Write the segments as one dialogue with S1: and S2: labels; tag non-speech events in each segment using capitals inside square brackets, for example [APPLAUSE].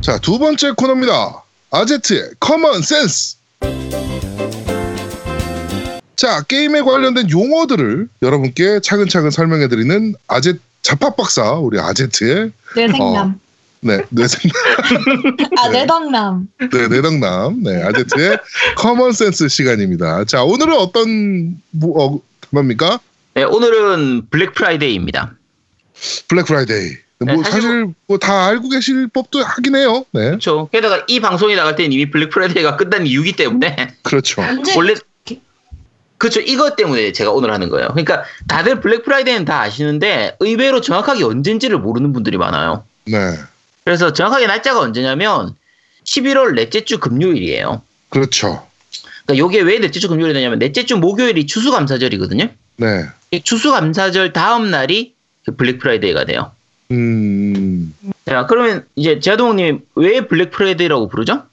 S1: 자, 두 번째 코너입니다. 아제트의 커먼 센스. 자, 게임에 관련된 용어들을 여러분께 차근차근 설명해 드리는 아제 자팟 박사 우리 아제트의
S2: 어.
S3: 뇌생남.
S1: 네, 뇌생 [LAUGHS]
S3: 아,
S1: 네.
S3: 뇌덕남.
S1: 네, 내덕남. 네, 아제트의 커먼 센스 시간입니다. 자, 오늘은 어떤 뭐, 어, 뭡니까?
S2: 네, 오늘은 블랙 프라이데이입니다.
S1: 블랙 프라이데이.
S2: 네,
S1: 뭐
S2: 사실
S1: 사실 뭐 다 알고 계실 법도 하긴 해요. 네,
S2: 그렇죠. 게다가 이 방송이 나갈 때는 이미 블랙 프라이데이가 끝난 이유기 때문에
S1: 그렇죠.
S3: 언제
S2: 원래 그렇죠. 이것 때문에 제가 오늘 하는 거예요. 그러니까 다들 블랙 프라이데이는 다 아시는데 의외로 정확하게 언제인지를 모르는 분들이 많아요.
S1: 네,
S2: 그래서 정확하게 날짜가 언제냐면 11월 넷째 주 금요일이에요.
S1: 그렇죠.
S2: 그러니까 이게 왜 넷째 주 금요일이 되냐면 넷째 주 목요일이 추수감사절이거든요.
S1: 네,
S2: 이 추수감사절 다음 날이 그 블랙 프라이데이가 돼요.
S1: 음,
S2: 자, 그러면 이제 제동님 왜 블랙 프라이데이라고 부르죠?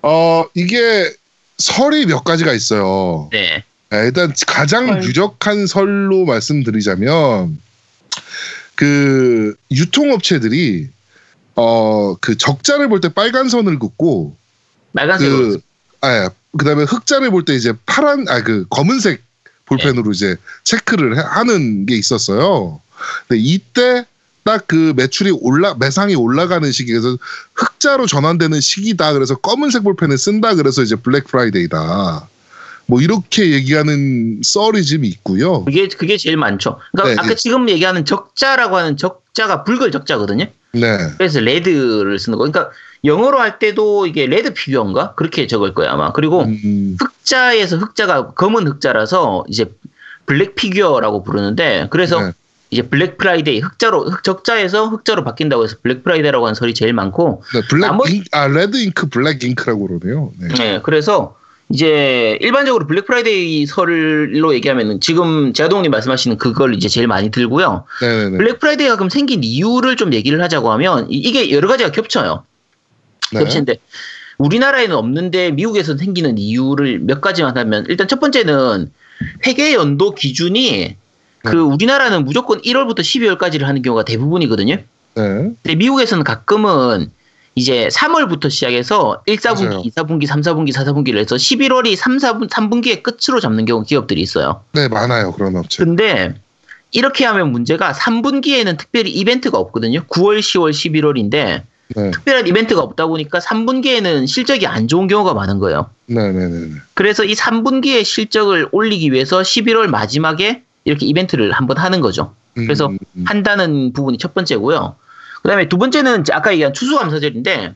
S1: 어 이게 설이 몇 가지가 있어요.
S2: 네.
S1: 아, 일단 가장
S3: 설.
S1: 유력한 설로 말씀드리자면 그 유통업체들이 어 그 적자를 볼 때 빨간 선을 긋고
S2: 빨간색으로
S1: 그, 아, 그다음에 흑자를 볼 때 이제 파란, 아, 그 검은색 볼펜으로
S2: 예.
S1: 이제 체크를 해- 하는 게 있었어요. 근데 이때 딱 그 매출이 올라, 매상이 올라가는 시기에서 흑자로 전환되는 시기다. 그래서 검은색 볼펜을 쓴다. 그래서 이제 블랙 프라이데이다. 뭐 이렇게 얘기하는 썰이 좀 있고요.
S2: 그게 그게 제일 많죠. 그러니까
S1: 네,
S2: 아까
S1: 네.
S2: 지금 얘기하는 적자라고 하는 적자가 붉은 적자거든요.
S1: 네.
S2: 그래서 레드를 쓰는 거. 그러니까 영어로 할 때도 이게 레드 피규어인가 그렇게 적을 거예요 아마. 그리고
S1: 음,
S2: 흑자에서 흑자가 검은 흑자라서 이제 블랙 피규어라고 부르는데 그래서
S1: 네.
S2: 이제 블랙 프라이데이 흑자로 흑- 적자에서 흑자로 바뀐다고 해서 블랙 프라이데이라고 하는 설이 제일 많고
S1: 네, 블랙
S2: 나머지-
S1: 잉크, 아, 레드 잉크, 블랙 잉크라고 그러네요. 네.
S2: 네, 그래서 이제 일반적으로 블랙 프라이데이 설로 얘기하면은 지금 제동님 말씀하시는 그걸 이제 제일 많이 들고요.
S1: 네네네.
S2: 블랙 프라이데이가 그럼 생긴 이유를 좀 얘기를 하자고 하면 이- 이게 여러 가지가 겹쳐요.
S1: 네.
S2: 겹치는데 우리나라에는 없는데 미국에서 생기는 이유를 몇 가지만 하면 일단 첫 번째는 회계 연도 기준이
S1: 네.
S2: 그 우리나라는 무조건 1월부터 12월까지를 하는 경우가 대부분이거든요.
S1: 네.
S2: 근데 미국에서는 가끔은 이제 3월부터 시작해서 1사분기,
S1: 맞아요.
S2: 2사분기, 3사분기, 4사분기를 해서 11월이 3, 4분, 3분기의 끝으로 잡는 경우 기업들이 있어요.
S1: 네, 많아요. 그런 업체.
S2: 근데 이렇게 하면 문제가 3분기에는 특별히 이벤트가 없거든요. 9월, 10월, 11월인데
S1: 네.
S2: 특별한 이벤트가 없다 보니까 3분기에는 실적이 안 좋은 경우가 많은 거예요.
S1: 네네네.
S2: 그래서 이 3분기의 실적을 올리기 위해서 11월 마지막에 이렇게 이벤트를 한번 하는 거죠.
S1: 음,
S2: 그래서 한다는 부분이 첫 번째고요. 그다음에 두 번째는 이제 아까 얘기한 추수감사절인데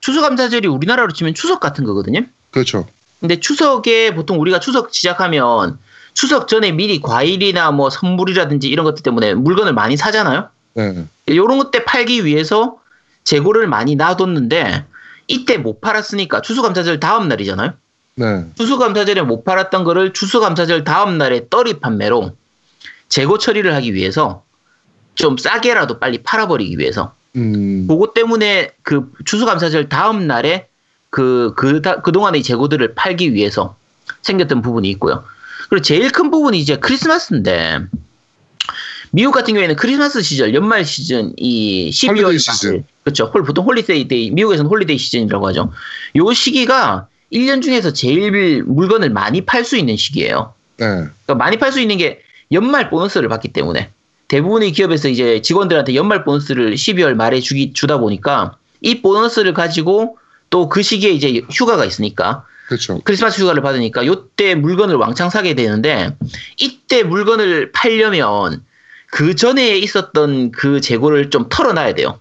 S2: 추수감사절이 우리나라로 치면 추석 같은 거거든요.
S1: 그렇죠.
S2: 근데 추석에 보통 우리가 추석 시작하면 추석 전에 미리 과일이나 뭐 선물이라든지 이런 것들 때문에 물건을 많이 사잖아요.
S1: 네.
S2: 이런 것 때 팔기 위해서 재고를 많이 놔뒀는데 이때 못 팔았으니까 추수감사절 다음 날이잖아요.
S1: 네.
S2: 추수감사절에 못 팔았던 거를 추수감사절 다음 날에 떨이 판매로 재고 처리를 하기 위해서 좀 싸게라도 빨리 팔아버리기 위해서
S1: 음,
S2: 그것 때문에 그 추수감사절 다음 날에 그, 그, 다- 그동안의 재고들을 팔기 위해서 생겼던 부분이 있고요. 그리고 제일 큰 부분이 이제 크리스마스인데, 미국 같은 경우에는 크리스마스 시절, 연말 시즌, 이 12월.
S1: 홀리데이 시즌.
S2: 그렇죠. 홀, 보통 홀리데이, 데이, 미국에서는 홀리데이 시즌이라고 하죠. 요 시기가 1년 중에서 제일 물건을 많이 팔 수 있는 시기예요.
S1: 네.
S2: 그러니까 많이 팔 수 있는 게 연말 보너스를 받기 때문에 대부분의 기업에서 이제 직원들한테 연말 보너스를 12월 말에 주기 주다 보니까 이 보너스를 가지고 또 그 시기에 이제 휴가가 있으니까
S1: 그렇죠.
S2: 크리스마스 휴가를 받으니까 요때 물건을 왕창 사게 되는데 이때 물건을 팔려면 그 전에 있었던 그 재고를 좀 털어놔야 돼요.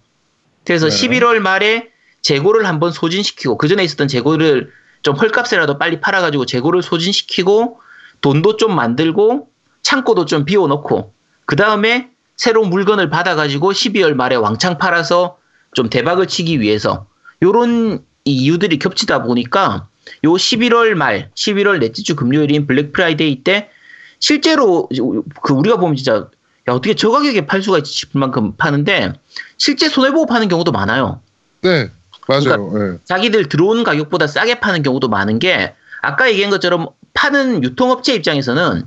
S2: 그래서
S1: 네.
S2: 11월 말에 재고를 한번 소진시키고 그 전에 있었던 재고를 좀 헐값에라도 빨리 팔아가지고 재고를 소진시키고 돈도 좀 만들고 창고도 좀 비워놓고 그 다음에 새로운 물건을 받아가지고 12월 말에 왕창 팔아서 좀 대박을 치기 위해서 요런 이유들이 겹치다 보니까 요 11월 말, 11월 넷째 주 금요일인 블랙 프라이데이 때 실제로 그 우리가 보면 진짜 야 어떻게 저 가격에 팔 수가 있지 싶을 만큼 파는데 실제 손해 보고 파는 경우도 많아요.
S1: 네. 맞아요.
S2: 그러니까
S1: 예.
S2: 자기들 들어온 가격보다 싸게 파는 경우도 많은 게 아까 얘기한 것처럼 파는 유통업체 입장에서는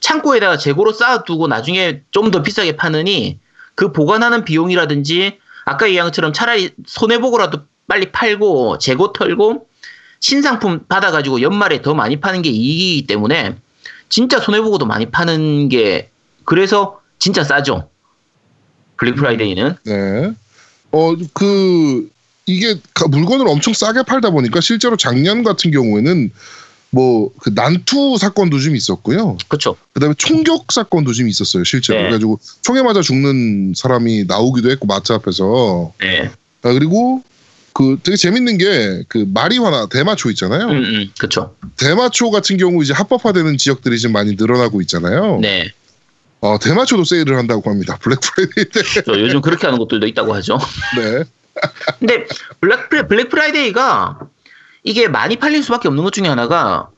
S2: 창고에다가 재고로 쌓아두고 나중에 좀 더 비싸게 파느니 그 보관하는 비용이라든지 아까 얘기한 것처럼 차라리 손해보고라도 빨리 팔고 재고 털고 신상품 받아가지고 연말에 더 많이 파는 게 이익이기 때문에 진짜 손해보고도 많이 파는 게 그래서 진짜 싸죠. 블랙 프라이데이는.
S1: 네. 어, 그, 이게 가- 물건을 엄청 싸게 팔다 보니까 실제로 작년 같은 경우에는 뭐, 그 난투 사건도 좀 있었고요.
S2: 그쵸.
S1: 그 다음에 총격 사건도 좀 있었어요, 실제로.
S2: 네.
S1: 그래가지고 총에 맞아 죽는 사람이 나오기도 했고, 마트 앞에서.
S2: 네.
S1: 아, 그리고 그 되게 재밌는 게 그 마리화나 대마초 있잖아요.
S2: 음, 음, 그쵸.
S1: 대마초 같은 경우 이제 합법화되는 지역들이 지금 많이 늘어나고 있잖아요.
S2: 네.
S1: 어, 대마초도 세일을 한다고 합니다. 블랙 프라이데이 때.
S2: 저 요즘 그렇게 하는 것들도 있다고 하죠.
S1: 네.
S2: [LAUGHS] 근데 블랙, 프라- 블랙 프라이데이가 이게 많이 팔릴 수밖에 없는 것 중에 하나가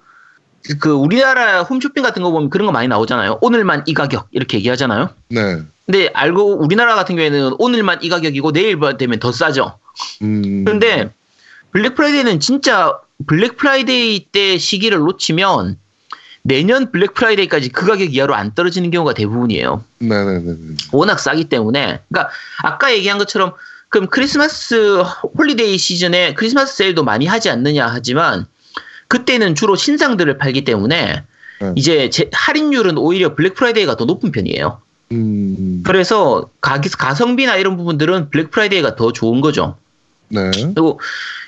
S2: 그- 그 우리나라 홈쇼핑 같은 거 보면 그런 거 많이 나오잖아요. 오늘만 이 가격 이렇게 얘기하잖아요.
S1: 네.
S2: 근데 알고 우리나라 같은 경우에는 오늘만 이 가격이고 내일 뭐 되면 더 싸죠.
S1: 음.
S2: 그런데 블랙 프라이데이는 진짜 블랙 프라이데이 때 시기를 놓치면 내년 블랙 프라이데이까지 그 가격 이하로 안 떨어지는 경우가 대부분이에요.
S1: 네네네.
S2: 워낙 싸기 때문에. 그러니까 아까 얘기한 것처럼 그럼 크리스마스 홀리데이 시즌에 크리스마스 세일도 많이 하지 않느냐 하지만 그때는 주로 신상들을 팔기 때문에
S1: 네.
S2: 이제 제- 할인율은 오히려 블랙 프라이데이가 더 높은 편이에요.
S1: 음.
S2: 그래서 가, 가성비나 이런 부분들은 블랙 프라이데이가 더 좋은 거죠.
S1: 네.
S2: 그리고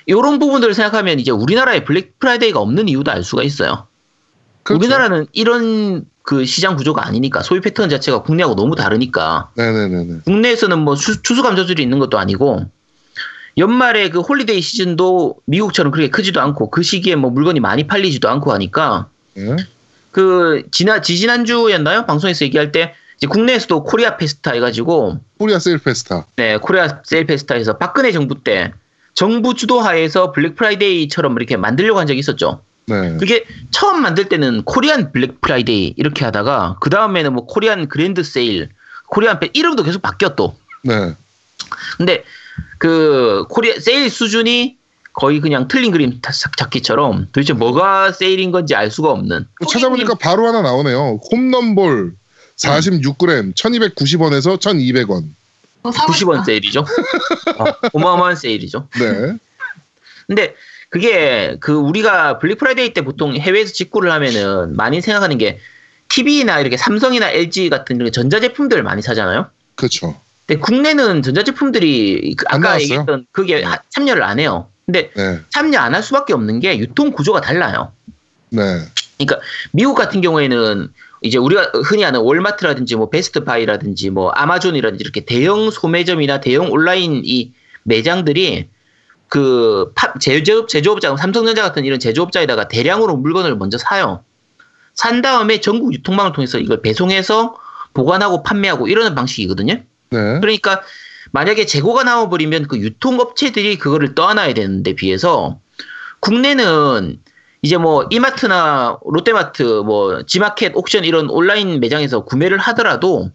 S2: 이런 부분들을 생각하면 이제 우리나라에 블랙 프라이데이가 없는 이유도 알 수가 있어요.
S1: 그렇죠.
S2: 우리나라는 이런 그 시장 구조가 아니니까 소비 패턴 자체가 국내하고 너무 다르니까
S1: 네네네네.
S2: 국내에서는 뭐 수- 추수 감소율이 있는 것도 아니고 연말에 그 홀리데이 시즌도 미국처럼 그렇게 크지도 않고 그 시기에 뭐 물건이 많이 팔리지도 않고 하니까
S1: 네.
S2: 그 지난 지지난 주였나요 방송에서 얘기할 때 이제 국내에서도 코리아 페스타 해가지고
S1: 코리아 세일 페스타.
S2: 네 코리아 세일 페스타에서 박근혜 정부 때 정부 주도하에서 블랙 프라이데이처럼 이렇게 만들려고 한 적이 있었죠.
S1: 네.
S2: 그게 처음 만들 때는 코리안 블랙 프라이데이 이렇게 하다가 그 다음에는 뭐 코리안 그랜드 세일, 코리안 페 이름도 계속 바뀌었 또.
S1: 네.
S2: 근데 그 코리아 세일 수준이 거의 그냥 틀린 그림 다- 잡기처럼 도대체 뭐가 세일인 건지 알 수가 없는.
S1: 뭐 찾아보니까 바로 하나 나오네요. 홈런볼 46g 1290원에서 1200원.
S3: 뭐 사고
S2: 90원
S3: 싶다.
S1: [LAUGHS]
S2: 세일이죠. 어, 어마어마한 세일이죠. [LAUGHS]
S1: 네.
S2: 근데 그게 그 우리가 블랙 프라이데이 때 보통 해외에서 직구를 하면은 많이 생각하는 게 TV나 이렇게 삼성이나 LG 같은 이렇게 전자제품들을 많이 사잖아요.
S1: 그렇죠.
S2: 근데 국내는 전자제품들이 그
S1: 안
S2: 아까
S1: 나왔어요.
S2: 얘기했던 그게 하- 참여를 안 해요. 근데
S1: 네.
S2: 참여 안 할 수밖에 없는 게 유통 구조가 달라요.
S1: 네.
S2: 그러니까 미국 같은 경우에는 이제 우리가 흔히 아는 월마트라든지 뭐 베스트바이라든지 뭐 아마존이라든지 이렇게 대형 소매점이나 대형 온라인 이 매장들이 그 파- 제조업 제조업자 삼성전자 같은 이런 제조업자에다가 대량으로 물건을 먼저 사요. 산 다음에 전국 유통망을 통해서 이걸 배송해서 보관하고 판매하고 이러는 방식이거든요.
S1: 네.
S2: 그러니까 만약에 재고가 나와버리면 그 유통업체들이 그거를 떠안아야 되는데 비해서 국내는 이제 뭐 이마트나 롯데마트 뭐 지마켓 옥션 이런 온라인 매장에서 구매를 하더라도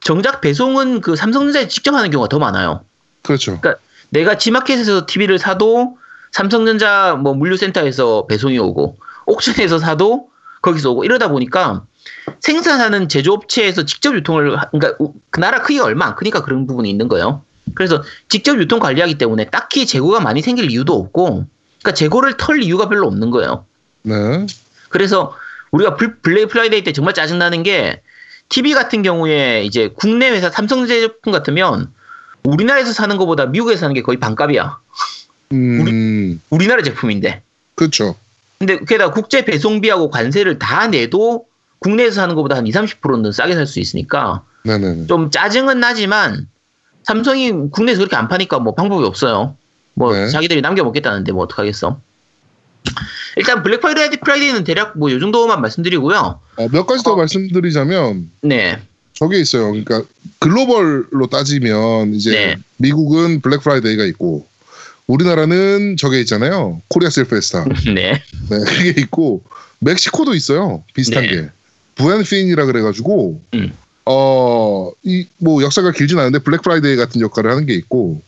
S2: 정작 배송은 그 삼성전자에 직접 하는 경우가 더 많아요.
S1: 그렇죠.
S2: 내가 지마켓에서 TV를 사도 삼성전자 뭐 물류센터에서 배송이 오고 옥션에서 사도 거기서 오고 이러다 보니까 생산하는 제조업체에서 직접 유통을 하- 그러니까 우- 그 나라 크기가 얼마 안 크니까 그런 부분이 있는 거예요. 그래서 직접 유통 관리하기 때문에 딱히 재고가 많이 생길 이유도 없고 그러니까 재고를 털 이유가 별로 없는 거예요.
S1: 네.
S2: 그래서 우리가 불- 블랙 프라이데이 때 정말 짜증나는 게 TV 같은 경우에 이제 국내 회사 삼성 제품 같으면 우리나라에서 사는 것보다 미국에서 사는 게 거의 반값이야.
S1: 음.
S2: 우리나라 제품인데.
S1: 그렇죠.
S2: 근데 게다가 국제 배송비하고 관세를 다 내도 국내에서 사는 것보다 한 20, 30%는 싸게 살 수 있으니까
S1: 네네네.
S2: 좀 짜증은 나지만 삼성이 국내에서 그렇게 안 파니까 뭐 방법이 없어요. 뭐
S1: 네.
S2: 자기들이 남겨먹겠다는데 뭐 어떡하겠어. 일단 블랙 프라이데이- 프라이데이는 대략 뭐 요 정도만 말씀드리고요.
S1: 아, 몇 가지 더
S2: 어.
S1: 말씀드리자면
S2: 네. [LAUGHS]
S1: 저게 있어요. 그러니까 글로벌로 따지면 이제
S2: 네.
S1: 미국은 블랙 프라이데이가 있고 우리나라는 저게 있잖아요. 코리아 세일 페스타. 네,
S2: 네.
S1: 그게 있고 멕시코도 있어요. 비슷한
S2: 네.
S1: 게 부엔피인이라 그래가지고
S2: 음.
S1: 어이 뭐 역사가 길진 않은데 블랙 프라이데이 같은 역할을 하는 게 있고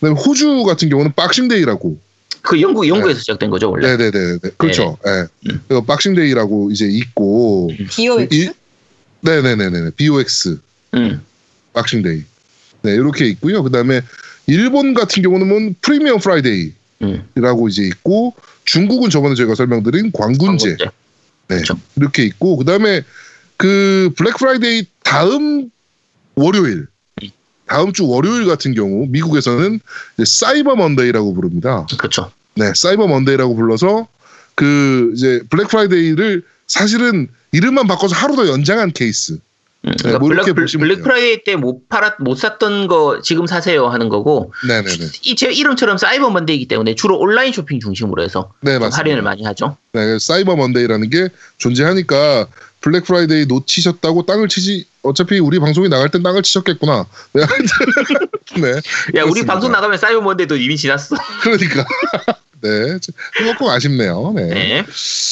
S1: 그다음에 호주 같은 경우는 박싱데이라고
S2: 그 영국 영국에서 시작된 거죠 원래.
S1: 네. 네네네 그렇죠. 예.
S2: 음.
S1: 그래서 박싱데이라고 이제 있고
S3: DOX?
S1: 이- 네네네네 BOX
S2: 음.
S1: 박싱데이 네 이렇게 있고요. 그다음에 일본 같은 경우는 뭐 프리미엄 프라이데이라고
S2: 음,
S1: 이제 있고 중국은 저번에 저희가 설명드린 광군제
S2: 광고제.
S1: 이렇게 있고 그다음에 그 블랙 프라이데이 다음 월요일 다음 주 월요일 같은 경우 미국에서는 이제 사이버 먼데이라고 부릅니다.
S2: 그렇죠.
S1: 네, 사이버 먼데이라고 불러서 그 이제 블랙 프라이데이를 사실은 이름만 바꿔서 하루 더 연장한 케이스.
S2: 음, 그러니까
S1: 뭐 이렇게
S2: 블랙, 블-
S1: 보시면
S2: 블랙
S1: 돼요.
S2: 프라이데이 때 못 팔았 못 샀던 거 지금 사세요 하는 거고
S1: 네네네.
S2: 이 제 이름처럼 사이버 먼데이기 때문에 주로 온라인 쇼핑 중심으로 해서
S1: 네,
S2: 좀
S1: 맞습니다.
S2: 할인을 많이 하죠.
S1: 네, 사이버 먼데이라는 게 존재하니까 블랙 프라이데이 놓치셨다고 땅을 치지 어차피 우리 방송이 나갈 땐 땅을 치셨겠구나. 네, 하여튼 [LAUGHS] 네,
S2: 야 우리
S1: 그렇습니다.
S2: 방송 나가면 사이버 먼데이도 이미 지났어.
S1: 그러니까 [LAUGHS] 네, 조금 아쉽네요. 네,
S2: 네.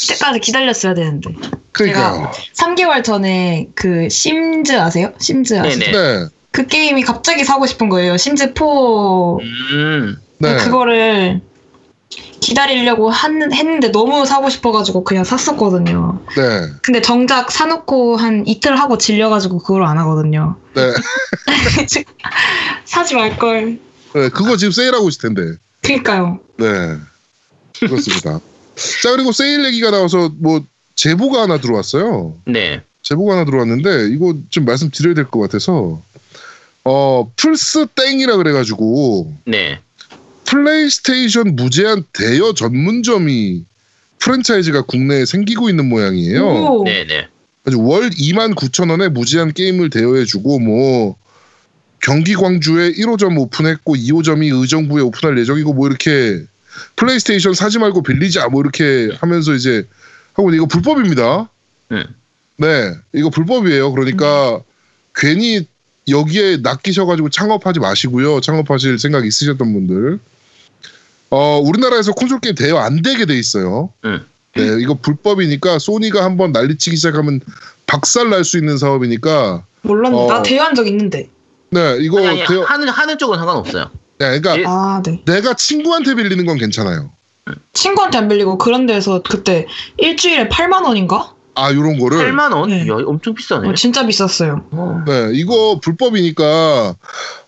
S3: 때까지 기다렸어야 되는데.
S1: 그러니까요.
S3: 3개월 전에 그 심즈 아세요? 심즈 아세요?
S2: 네네.
S1: 네,
S3: 그 게임이 갑자기 사고 싶은 거예요. 심즈 4
S2: 음,
S1: 네,
S3: 그거를 기다리려고 한- 했는데 너무 사고 싶어가지고 그냥 샀었거든요.
S1: 네,
S3: 근데 정작 사놓고 한 이틀 하고 질려가지고 그걸 안 하거든요.
S1: 네.
S3: 사지 말걸.
S1: 네, 그거 지금 세일하고 있을 텐데.
S3: 그니까요.
S1: 네, 그렇습니다. 자 그리고 세일 얘기가 나와서 뭐 제보가 하나 들어왔어요.
S2: 네.
S1: 제보가 하나 들어왔는데 이거 좀 말씀드려야 될 것 같아서 어 플스 땡이라 그래가지고
S2: 네.
S1: 플레이스테이션 무제한 대여 전문점이 프랜차이즈가 국내에 생기고 있는 모양이에요.
S3: 오.
S2: 네. 네.
S1: 아주 월 2만 9천 원에 무제한 게임을 대여해주고 뭐 경기 광주에 1호점 오픈했고 2호점이 의정부에 오픈할 예정이고 뭐 이렇게 플레이스테이션 사지 말고 빌리자 뭐 이렇게 하면서 이제 하고 있는데 이거 불법입니다.
S2: 네.
S1: 네, 이거 불법이에요. 그러니까 괜히 여기에 낚이셔가지고 창업하지 마시고요. 창업하실 생각 있으셨던 분들. 어, 우리나라에서 콘솔 게임 대여 안 되게 돼 있어요.
S2: 음.
S1: 네, 이거 불법이니까 소니가 한번 난리치기 시작하면 박살 날 수 있는 사업이니까.
S3: 몰랐는데.
S1: 어.
S3: 나 대여한 적 있는데.
S1: 네, 이거
S2: 아니, 아니,
S1: 대여.
S2: 하는 하는 쪽은 상관없어요.
S1: 네, 그러니까
S2: 예.
S3: 아, 네.
S1: 내가 친구한테 빌리는 건 괜찮아요.
S3: 친구한테 안 빌리고 그런 데서 그때 일주일에 8만 원인가?
S1: 아, 요런 거를.
S2: 8만 원?
S3: 네.
S2: 야, 엄청 비싸네.
S3: 어, 진짜 비쌌어요.
S2: 어.
S1: 네, 이거 불법이니까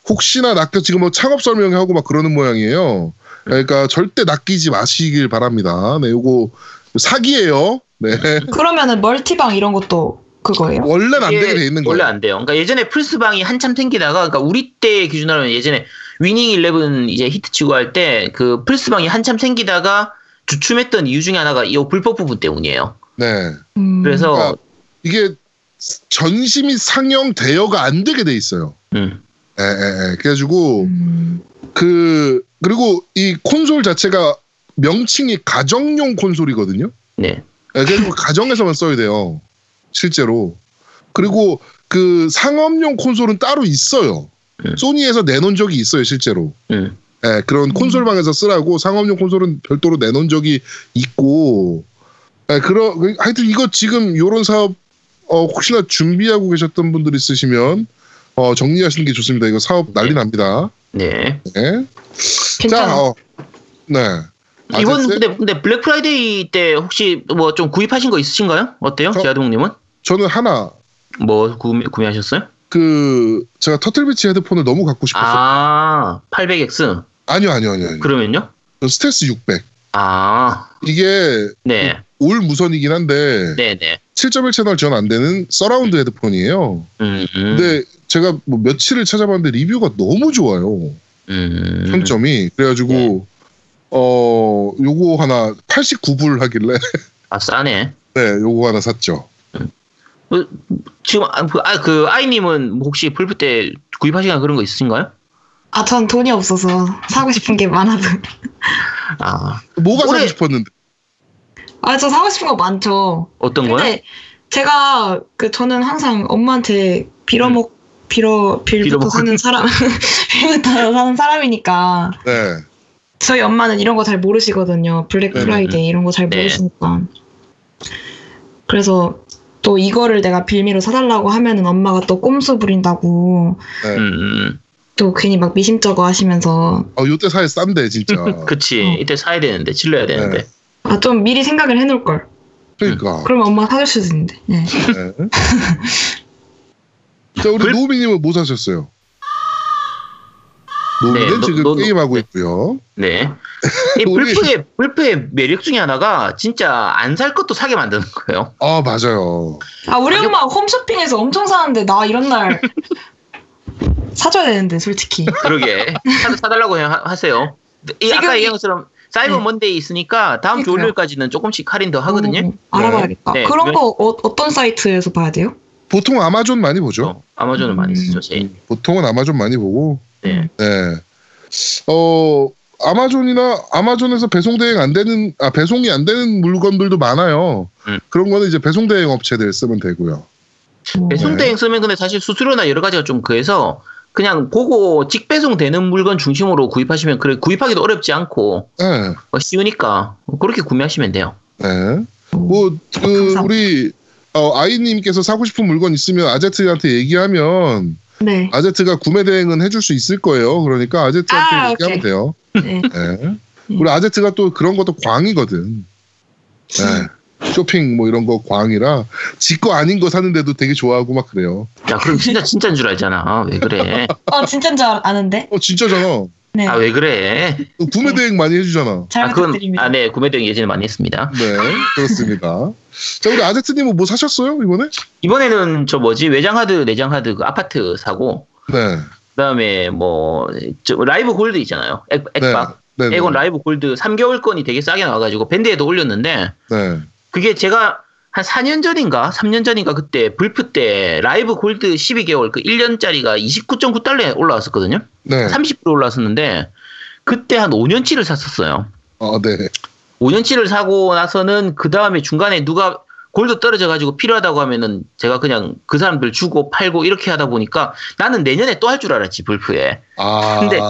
S1: 혹시나 낚여 지금 뭐 창업 설명회하고 막 그러는 모양이에요. 그러니까 절대 낚이지 마시길 바랍니다. 네, 요거 사기예요. 네,
S3: 그러면은 멀티방 이런 것도 그거예요.
S1: 원래는 안
S2: 이게
S1: 되게 돼 있는
S2: 원래
S1: 거예요.
S2: 안 돼요. 그러니까 예전에 플스방이 한참 생기다가 그러니까 우리 때 기준으로 하면 예전에 위닝 11 이제 히트치고 할 때 그 플스방이 한참 생기다가 주춤했던 이유 중에 하나가 이 불법 부분 때문이에요.
S1: 네,
S3: 음.
S2: 그래서
S1: 그러니까 이게 전심이 상영 대여가 안 되게 돼 있어요.
S2: 음,
S1: 에, 에, 에. 그래가지고
S3: 음.
S1: 그 그리고 이 콘솔 자체가 명칭이 가정용 콘솔이거든요.
S2: 네.
S1: 예, 그래서 가정에서만 써야 돼요. 실제로. 그리고 그 상업용 콘솔은 따로 있어요.
S2: 음.
S1: 소니에서 내놓은 적이 있어요, 실제로.
S2: 음.
S1: 예, 그런 콘솔방에서 쓰라고 상업용 콘솔은 별도로 내놓은 적이 있고. 예, 그러, 그- 하여튼 이거 지금 요런 사업, 어, 혹시나 준비하고 계셨던 분들 있으시면, 어, 정리하시는 게 좋습니다. 이거 사업 난리
S2: 네.
S1: 납니다.
S2: 네.
S1: 예.
S3: 괜찮아.
S1: 어, 네. 아,
S2: 이번
S1: 됐어요?
S2: 근데, 근데 블랙 프라이데이 때 혹시 뭐 좀 구입하신 거 있으신가요? 어때요?
S1: 저-
S2: 제아동님은?
S1: 저는 하나,
S2: 뭐 구매, 구매하셨어요?
S1: 그, 제가 터틀비치 헤드폰을 너무 갖고 싶었어요.
S2: 아, 800X.
S1: 아니요, 아니요, 아니요. 아니요.
S2: 그러면요?
S1: 스텔스 600.
S2: 아,
S1: 이게
S2: 네.
S1: 올 무선이긴 한데
S2: 네, 네.
S1: 7.1 채널 지원 안 되는 서라운드 헤드폰이에요.
S2: 음, 음.
S1: 근데 제가 뭐 며칠을 찾아봤는데 리뷰가 너무 좋아요.
S2: 음.
S1: 평점이 그래가지고
S2: 네.
S1: 어 요거 하나 89불 하길래 [LAUGHS]
S2: 아, 싸네.
S1: 네 요거 하나 샀죠.
S2: 지금 아, 그, 아, 그 아이님은 혹시 풀프 때 구입하시거나 그런 거 있으신가요?
S3: 아, 전 돈이 없어서 사고 싶은 게 많아서.
S2: 아,
S1: 뭐가
S2: 올해-
S1: 사고 싶었는데
S3: [LAUGHS] 아, 저 사고 싶은 거 많죠.
S2: 어떤 거요?
S3: 근데 제가 그 저는 항상 엄마한테 빌어먹 빌어 빌부터
S2: 빌어먹고.
S3: 사는 사람 [LAUGHS] 빌부터 사는 사람이니까
S1: 네
S3: 저희 엄마는 이런 거 잘 모르시거든요. 블랙
S1: 네, 네,
S3: 프라이데이 이런 거 잘
S2: 네.
S3: 모르시니까. 그래서 또 이거를 내가 빌미로 사달라고 하면은 엄마가 또 꼼수 부린다고
S1: 네.
S2: 음, 음.
S3: 또 괜히 막 미심쩍어 하시면서
S1: 어, 요때 사야 싼데 진짜
S2: [LAUGHS] 그치.
S3: 어.
S2: 이때 사야 되는데, 질러야 되는데.
S3: 아 좀 미리 생각을 해놓을 걸.
S1: 그러니까
S3: 그러면 엄마가 사줄 수도 있는데. 네.
S1: 네. [LAUGHS] 자 우리
S2: 불-
S1: 노미님은 뭐 사셨어요? 노는
S2: 노-
S1: 지금
S2: 노-
S1: 게임하고
S2: 네.
S1: 있고요.
S2: 네.
S1: [LAUGHS]
S2: 이
S1: 우리-
S2: 불프의 불프의 매력 중에 하나가 진짜 안 살 것도 사게 만드는 거예요.
S1: 아 맞아요.
S3: 아 우리 엄마 홈쇼핑에서 엄청 사는데 나 이런
S2: [LAUGHS]
S3: 날 사줘야 되는데 솔직히.
S2: 그러게 사, 사달라고 해- 하- 하세요. 네, 이 아까
S3: 지금 이-
S2: 얘기한 것처럼 사이버
S3: 네.
S2: 먼데이 있으니까 다음 주
S3: 그러니까요.
S2: 월요일까지는 조금씩 할인 더 하거든요.
S3: 음, 알아봐야겠다.
S2: 네,
S3: 그런
S2: 네.
S3: 거 어, 떤 사이트에서 봐야 돼요?
S1: 보통 아마존 많이 보죠.
S2: 어, 예. 아마존은 많이
S3: 음.
S2: 쓰죠 제일.
S1: 보통은 아마존 많이 보고.
S2: 네.
S1: 네. 어 아마존이나 아마존에서 배송 대행 안 되는 아 배송이 안 되는 물건들도 많아요.
S2: 음.
S1: 그런 거는 이제 배송 대행 업체들 쓰면 되고요.
S3: 음.
S2: 배송대행 쓰면 근데 사실 수수료나 여러 가지가 좀 그래서 그냥 보고 직배송 되는 물건 중심으로 구입하시면 그래 구입하기도 어렵지 않고
S1: 네.
S2: 어, 쉬우니까 그렇게 구매하시면 돼요.
S1: 네. 뭐, 그,
S3: 감사합니다.
S1: 우리, 어, 아이님께서 사고 싶은 물건 있으면 아제트한테 얘기하면,
S3: 네.
S1: 아제트가 구매대행은 해줄 수 있을 거예요. 그러니까 아제트한테
S3: 아,
S1: 얘기하면
S3: 오케이.
S1: 돼요.
S3: 네.
S1: 네. 우리 아제트가 또 그런 것도 광이거든.
S3: 음.
S1: 네. 쇼핑 뭐 이런 거 광이라, 지 거 아닌 거 사는데도 되게 좋아하고 막 그래요.
S2: 야 그럼 진짜 진짜인 줄 알잖아. 왜 그래?
S3: 어 진짜인 줄 아는데.
S1: 어, 진짜잖아.
S3: 네.
S2: 아 왜 그래?
S1: 구매대행 많이 해주잖아.
S3: 잘
S2: 아, 그건,
S3: 부탁드립니다.
S2: 아, 네, 구매대행 예전에 많이 했습니다.
S1: 네, 그렇습니다. 자, 우리 아제트님은 뭐 사셨어요, 이번에?
S2: 이번에는 저 뭐지, 외장하드, 내장하드 그 아파트 사고,
S1: 네.
S2: 그 다음에 뭐, 저 라이브 골드 있잖아요. 액, 액박.
S1: 네. 네.
S2: 액온 라이브 골드 3개월 건이 되게 싸게 나와가지고 밴드에도 올렸는데,
S1: 네.
S2: 그게 제가 한 4년 전인가, 3년 전인가 그때 불프 때 라이브 골드 12개월 그 1년짜리가 29.9달러에 올라왔었거든요.
S1: 네.
S2: 30% 올라왔었는데, 그때 한 5년치를 샀었어요.
S1: 아, 네.
S2: 5년치를 사고 나서는 그 다음에 중간에 누가 골드 떨어져가지고 필요하다고 하면은 제가 그냥 그 사람들 주고 팔고 이렇게 하다 보니까 나는 내년에 또 할 줄 알았지 불프에
S1: 아.
S2: 근데-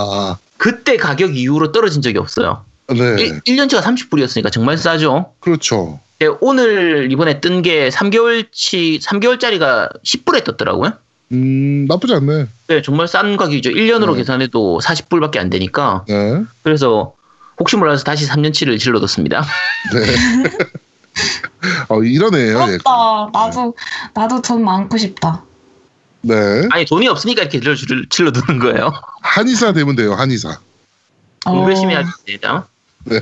S2: 그때 가격 이후로 떨어진 적이 없어요
S1: 네.
S2: 1, 년치가 30불이었으니까 정말 싸죠
S1: 그렇죠.
S2: 근데 오늘 이번에 뜬 게 3개월치 3개월짜리가 10불에 떴더라고요
S1: 음, 나쁘지 않네.
S2: 네, 정말 싼 가격이죠 1년으로
S1: 네.
S2: 계산해도 40불밖에 안 되니까
S1: 네.
S2: 그래서 혹시 몰라서 다시 3년치를 질러뒀습니다 [LAUGHS]
S1: 네. 어, 이러네요. 얘가.
S3: 부럽다. 나도 나도 돈 많고 싶다.
S1: 네.
S2: 아니 돈이 없으니까 이렇게 질러- 질러두는 거예요
S1: 한의사 되면 돼요, 한의사.
S2: 공부 열심히
S3: 어,
S2: 하겠니다
S1: 네.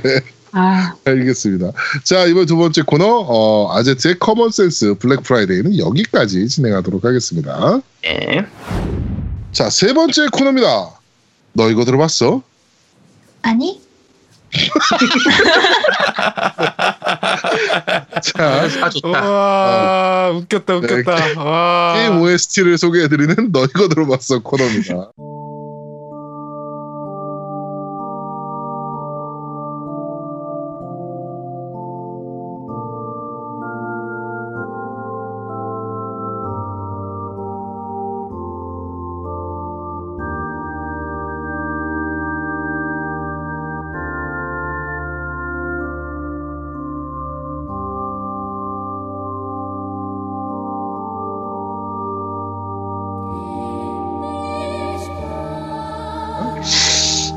S3: 아,
S1: 알겠습니다. 자, 이번 두 번째 코너, 어, 아제트의 커먼센스 블랙 프라이데이는 여기까지 진행하도록 하겠습니다.
S2: 예.
S1: 자, 세 번째 코너입니다. 너 이거 들어봤어?
S3: 아니?
S1: 자,
S2: 아
S1: 어.
S2: 좋다.
S1: 와,
S4: 와 웃겼다
S1: 웃겼다.
S4: 웃겼다.
S1: [LAUGHS] 게임 뭐- OST를 소개해드리는 너 이거 들어봤어 코너입니다.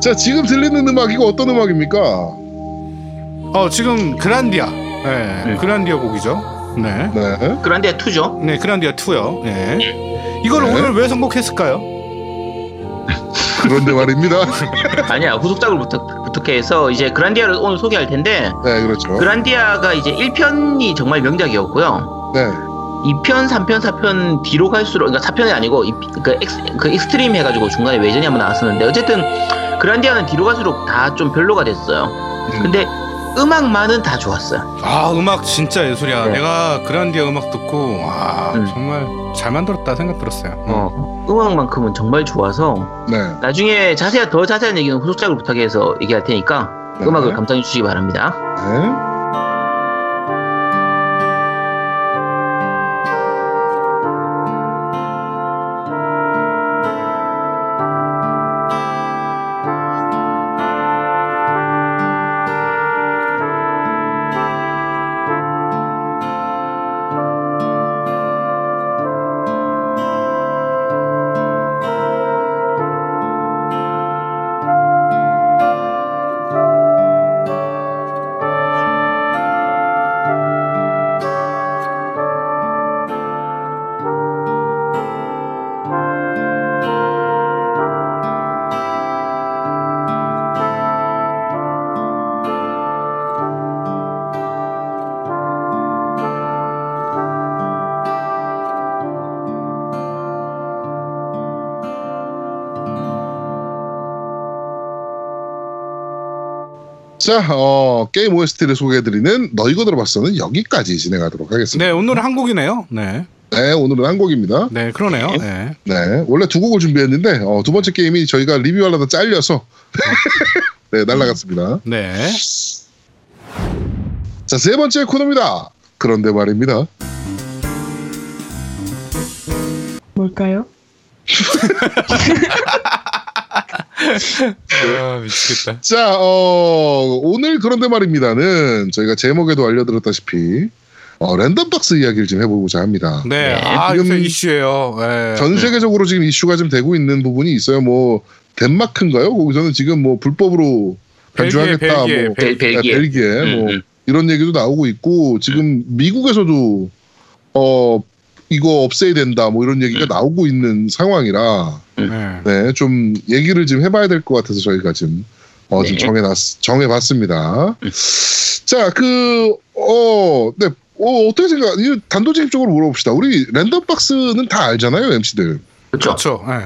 S1: 자, 지금 들리는 음악, 이거 어떤 음악입니까?
S4: 어 지금 그란디아. 네,
S2: 네.
S4: 그란디아 곡이죠. 네.
S1: 네.
S2: 그란데 투죠.
S4: 네 그란디아 2요. 네. 이걸
S1: 네.
S4: 오늘 왜 선곡했을까요?
S1: 그런데 [LAUGHS] 말입니다.
S2: 아니야 후속작을 부탁 부탁해 해서 이제 그란디아를 오늘 소개할 텐데
S1: 네, 그렇죠.
S2: 그란디아가 이제 1편이 정말 명작이었고요.
S1: 네.
S2: 2편, 3편, 4편 뒤로 갈수록 그러니까 4편이 아니고 이- 그, 엑스, 그 익스트림 해가지고 중간에 외전이 한번 나왔었는데 어쨌든 그란디아는 뒤로 갈수록 다 좀 별로가 됐어요.
S1: 음.
S2: 근데 음악만은 다 좋았어요.
S4: 아 음악 진짜 예술이야.
S2: 네.
S4: 내가 그란디아 음악 듣고 와
S1: 네.
S2: 음.
S4: 정말 잘 만들었다 생각 들었어요. 음.
S2: 어, 음악만큼은 정말 좋아서
S1: 네.
S2: 나중에 자세한 더 자세한 얘기는 후속작을 부탁해서 얘기할 테니까
S1: 네.
S2: 음악을 감상해 주시기 바랍니다.
S1: 네. 자, 어, 게임 OST를 소개해드리는 너 이거 들어봤어는 여기까지 진행하도록 하겠습니다.
S4: 네, 오늘은 한 곡이네요. 네.
S1: 네, 오늘은 한 곡입니다.
S4: 네, 그러네요. 네.
S1: 네, 원래 두 곡을 준비했는데 어, 두 번째 게임이 저희가 리뷰하려다 잘려서 [LAUGHS] 네, 날라갔습니다.
S4: 네.
S1: 자, 세 번째 코너입니다. 그런데 말입니다.
S3: 뭘까요?
S1: 네.
S4: 아, 미치겠다.
S1: 자, 어, 오늘 그런데 말입니다는 저희가 제목에도 알려드렸다시피 어, 랜덤박스 이야기를 좀 해보고자 합니다.
S2: 네,
S4: 네. 아,
S1: 지금
S4: 이거 이슈예요. 네.
S1: 전 세계적으로 지금 이슈가 좀 되고 있는 부분이 있어요. 뭐 덴마크인가요? 거기서는 지금 뭐 불법으로
S4: 벨기에,
S1: 간주하겠다.
S4: 벨기에,
S1: 뭐 네,
S2: 벨- 벨기에.
S1: 벨기에 뭐
S2: 음, 음.
S1: 이런 얘기도 나오고 있고 지금 미국에서도 어 이거 없애야 된다 뭐 이런 얘기가
S2: 음.
S1: 나오고 있는 상황이라
S4: 네.
S1: 네 좀 얘기를 좀 해봐야 될 것 같아서 저희가 지금 어, 좀
S2: 네.
S1: 정해놨 정해봤습니다. 그, 자그어네 어, 어떻게 생각? 이 단도직입적으로 물어봅시다. 우리 랜덤박스는 다 알잖아요, MC들.
S2: 그렇죠.
S4: 그렇죠. 네.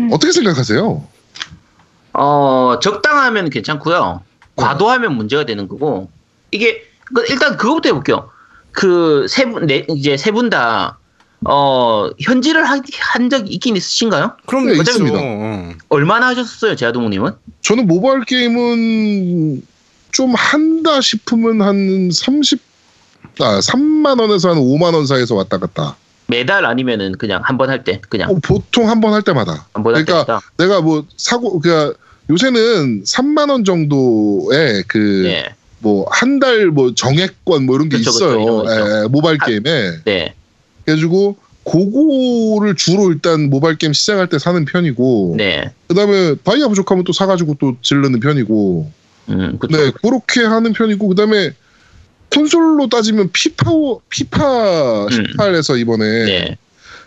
S3: 음.
S1: 어떻게 생각하세요?
S2: 어, 적당하면 괜찮고요. 과도하면 문제가 되는 거고. 이게 그, 일단 그거부터 해볼게요. 그세분 이제 세 분 다 어, 현질을 하- 한 적이 있긴 있으신가요?
S4: 그럼
S1: 네,
S4: 어차피
S1: 있습니다.
S4: 뭐,
S2: 얼마나 하셨어요, 제아동우님은?
S1: 저는 모바일 게임은 좀 한다 싶으면 한 30, 아, 3만 원에서 한 5만 원 사이에서 왔다 갔다.
S2: 매달 아니면은 그냥 한 번 할 때, 그냥
S1: 어, 보통 한 번 할 때마다.
S2: 한 번 할
S1: 그러니까
S2: 때다.
S1: 내가 뭐 사고, 그니까 요새는 3만 원 정도에 그
S2: 네,
S1: 뭐 한 달 뭐 정액권 뭐 이런 게
S2: 그쵸, 그쵸,
S1: 있어요.
S2: 이런 거 있죠.
S1: 예, 모바일
S2: 아.
S1: 게임에.
S2: 네,
S1: 그래가지고 그거를 주로 일단 모바일 게임 시작할 때 사는 편이고
S2: 네.
S1: 그다음에 다이아 부족하면 또 사가지고 또 질르는 편이고
S2: 음, 그렇죠.
S1: 네, 그렇게 하는 편이고 그다음에 콘솔로 따지면 피파 피파 18에서 이번에
S2: 음. 네.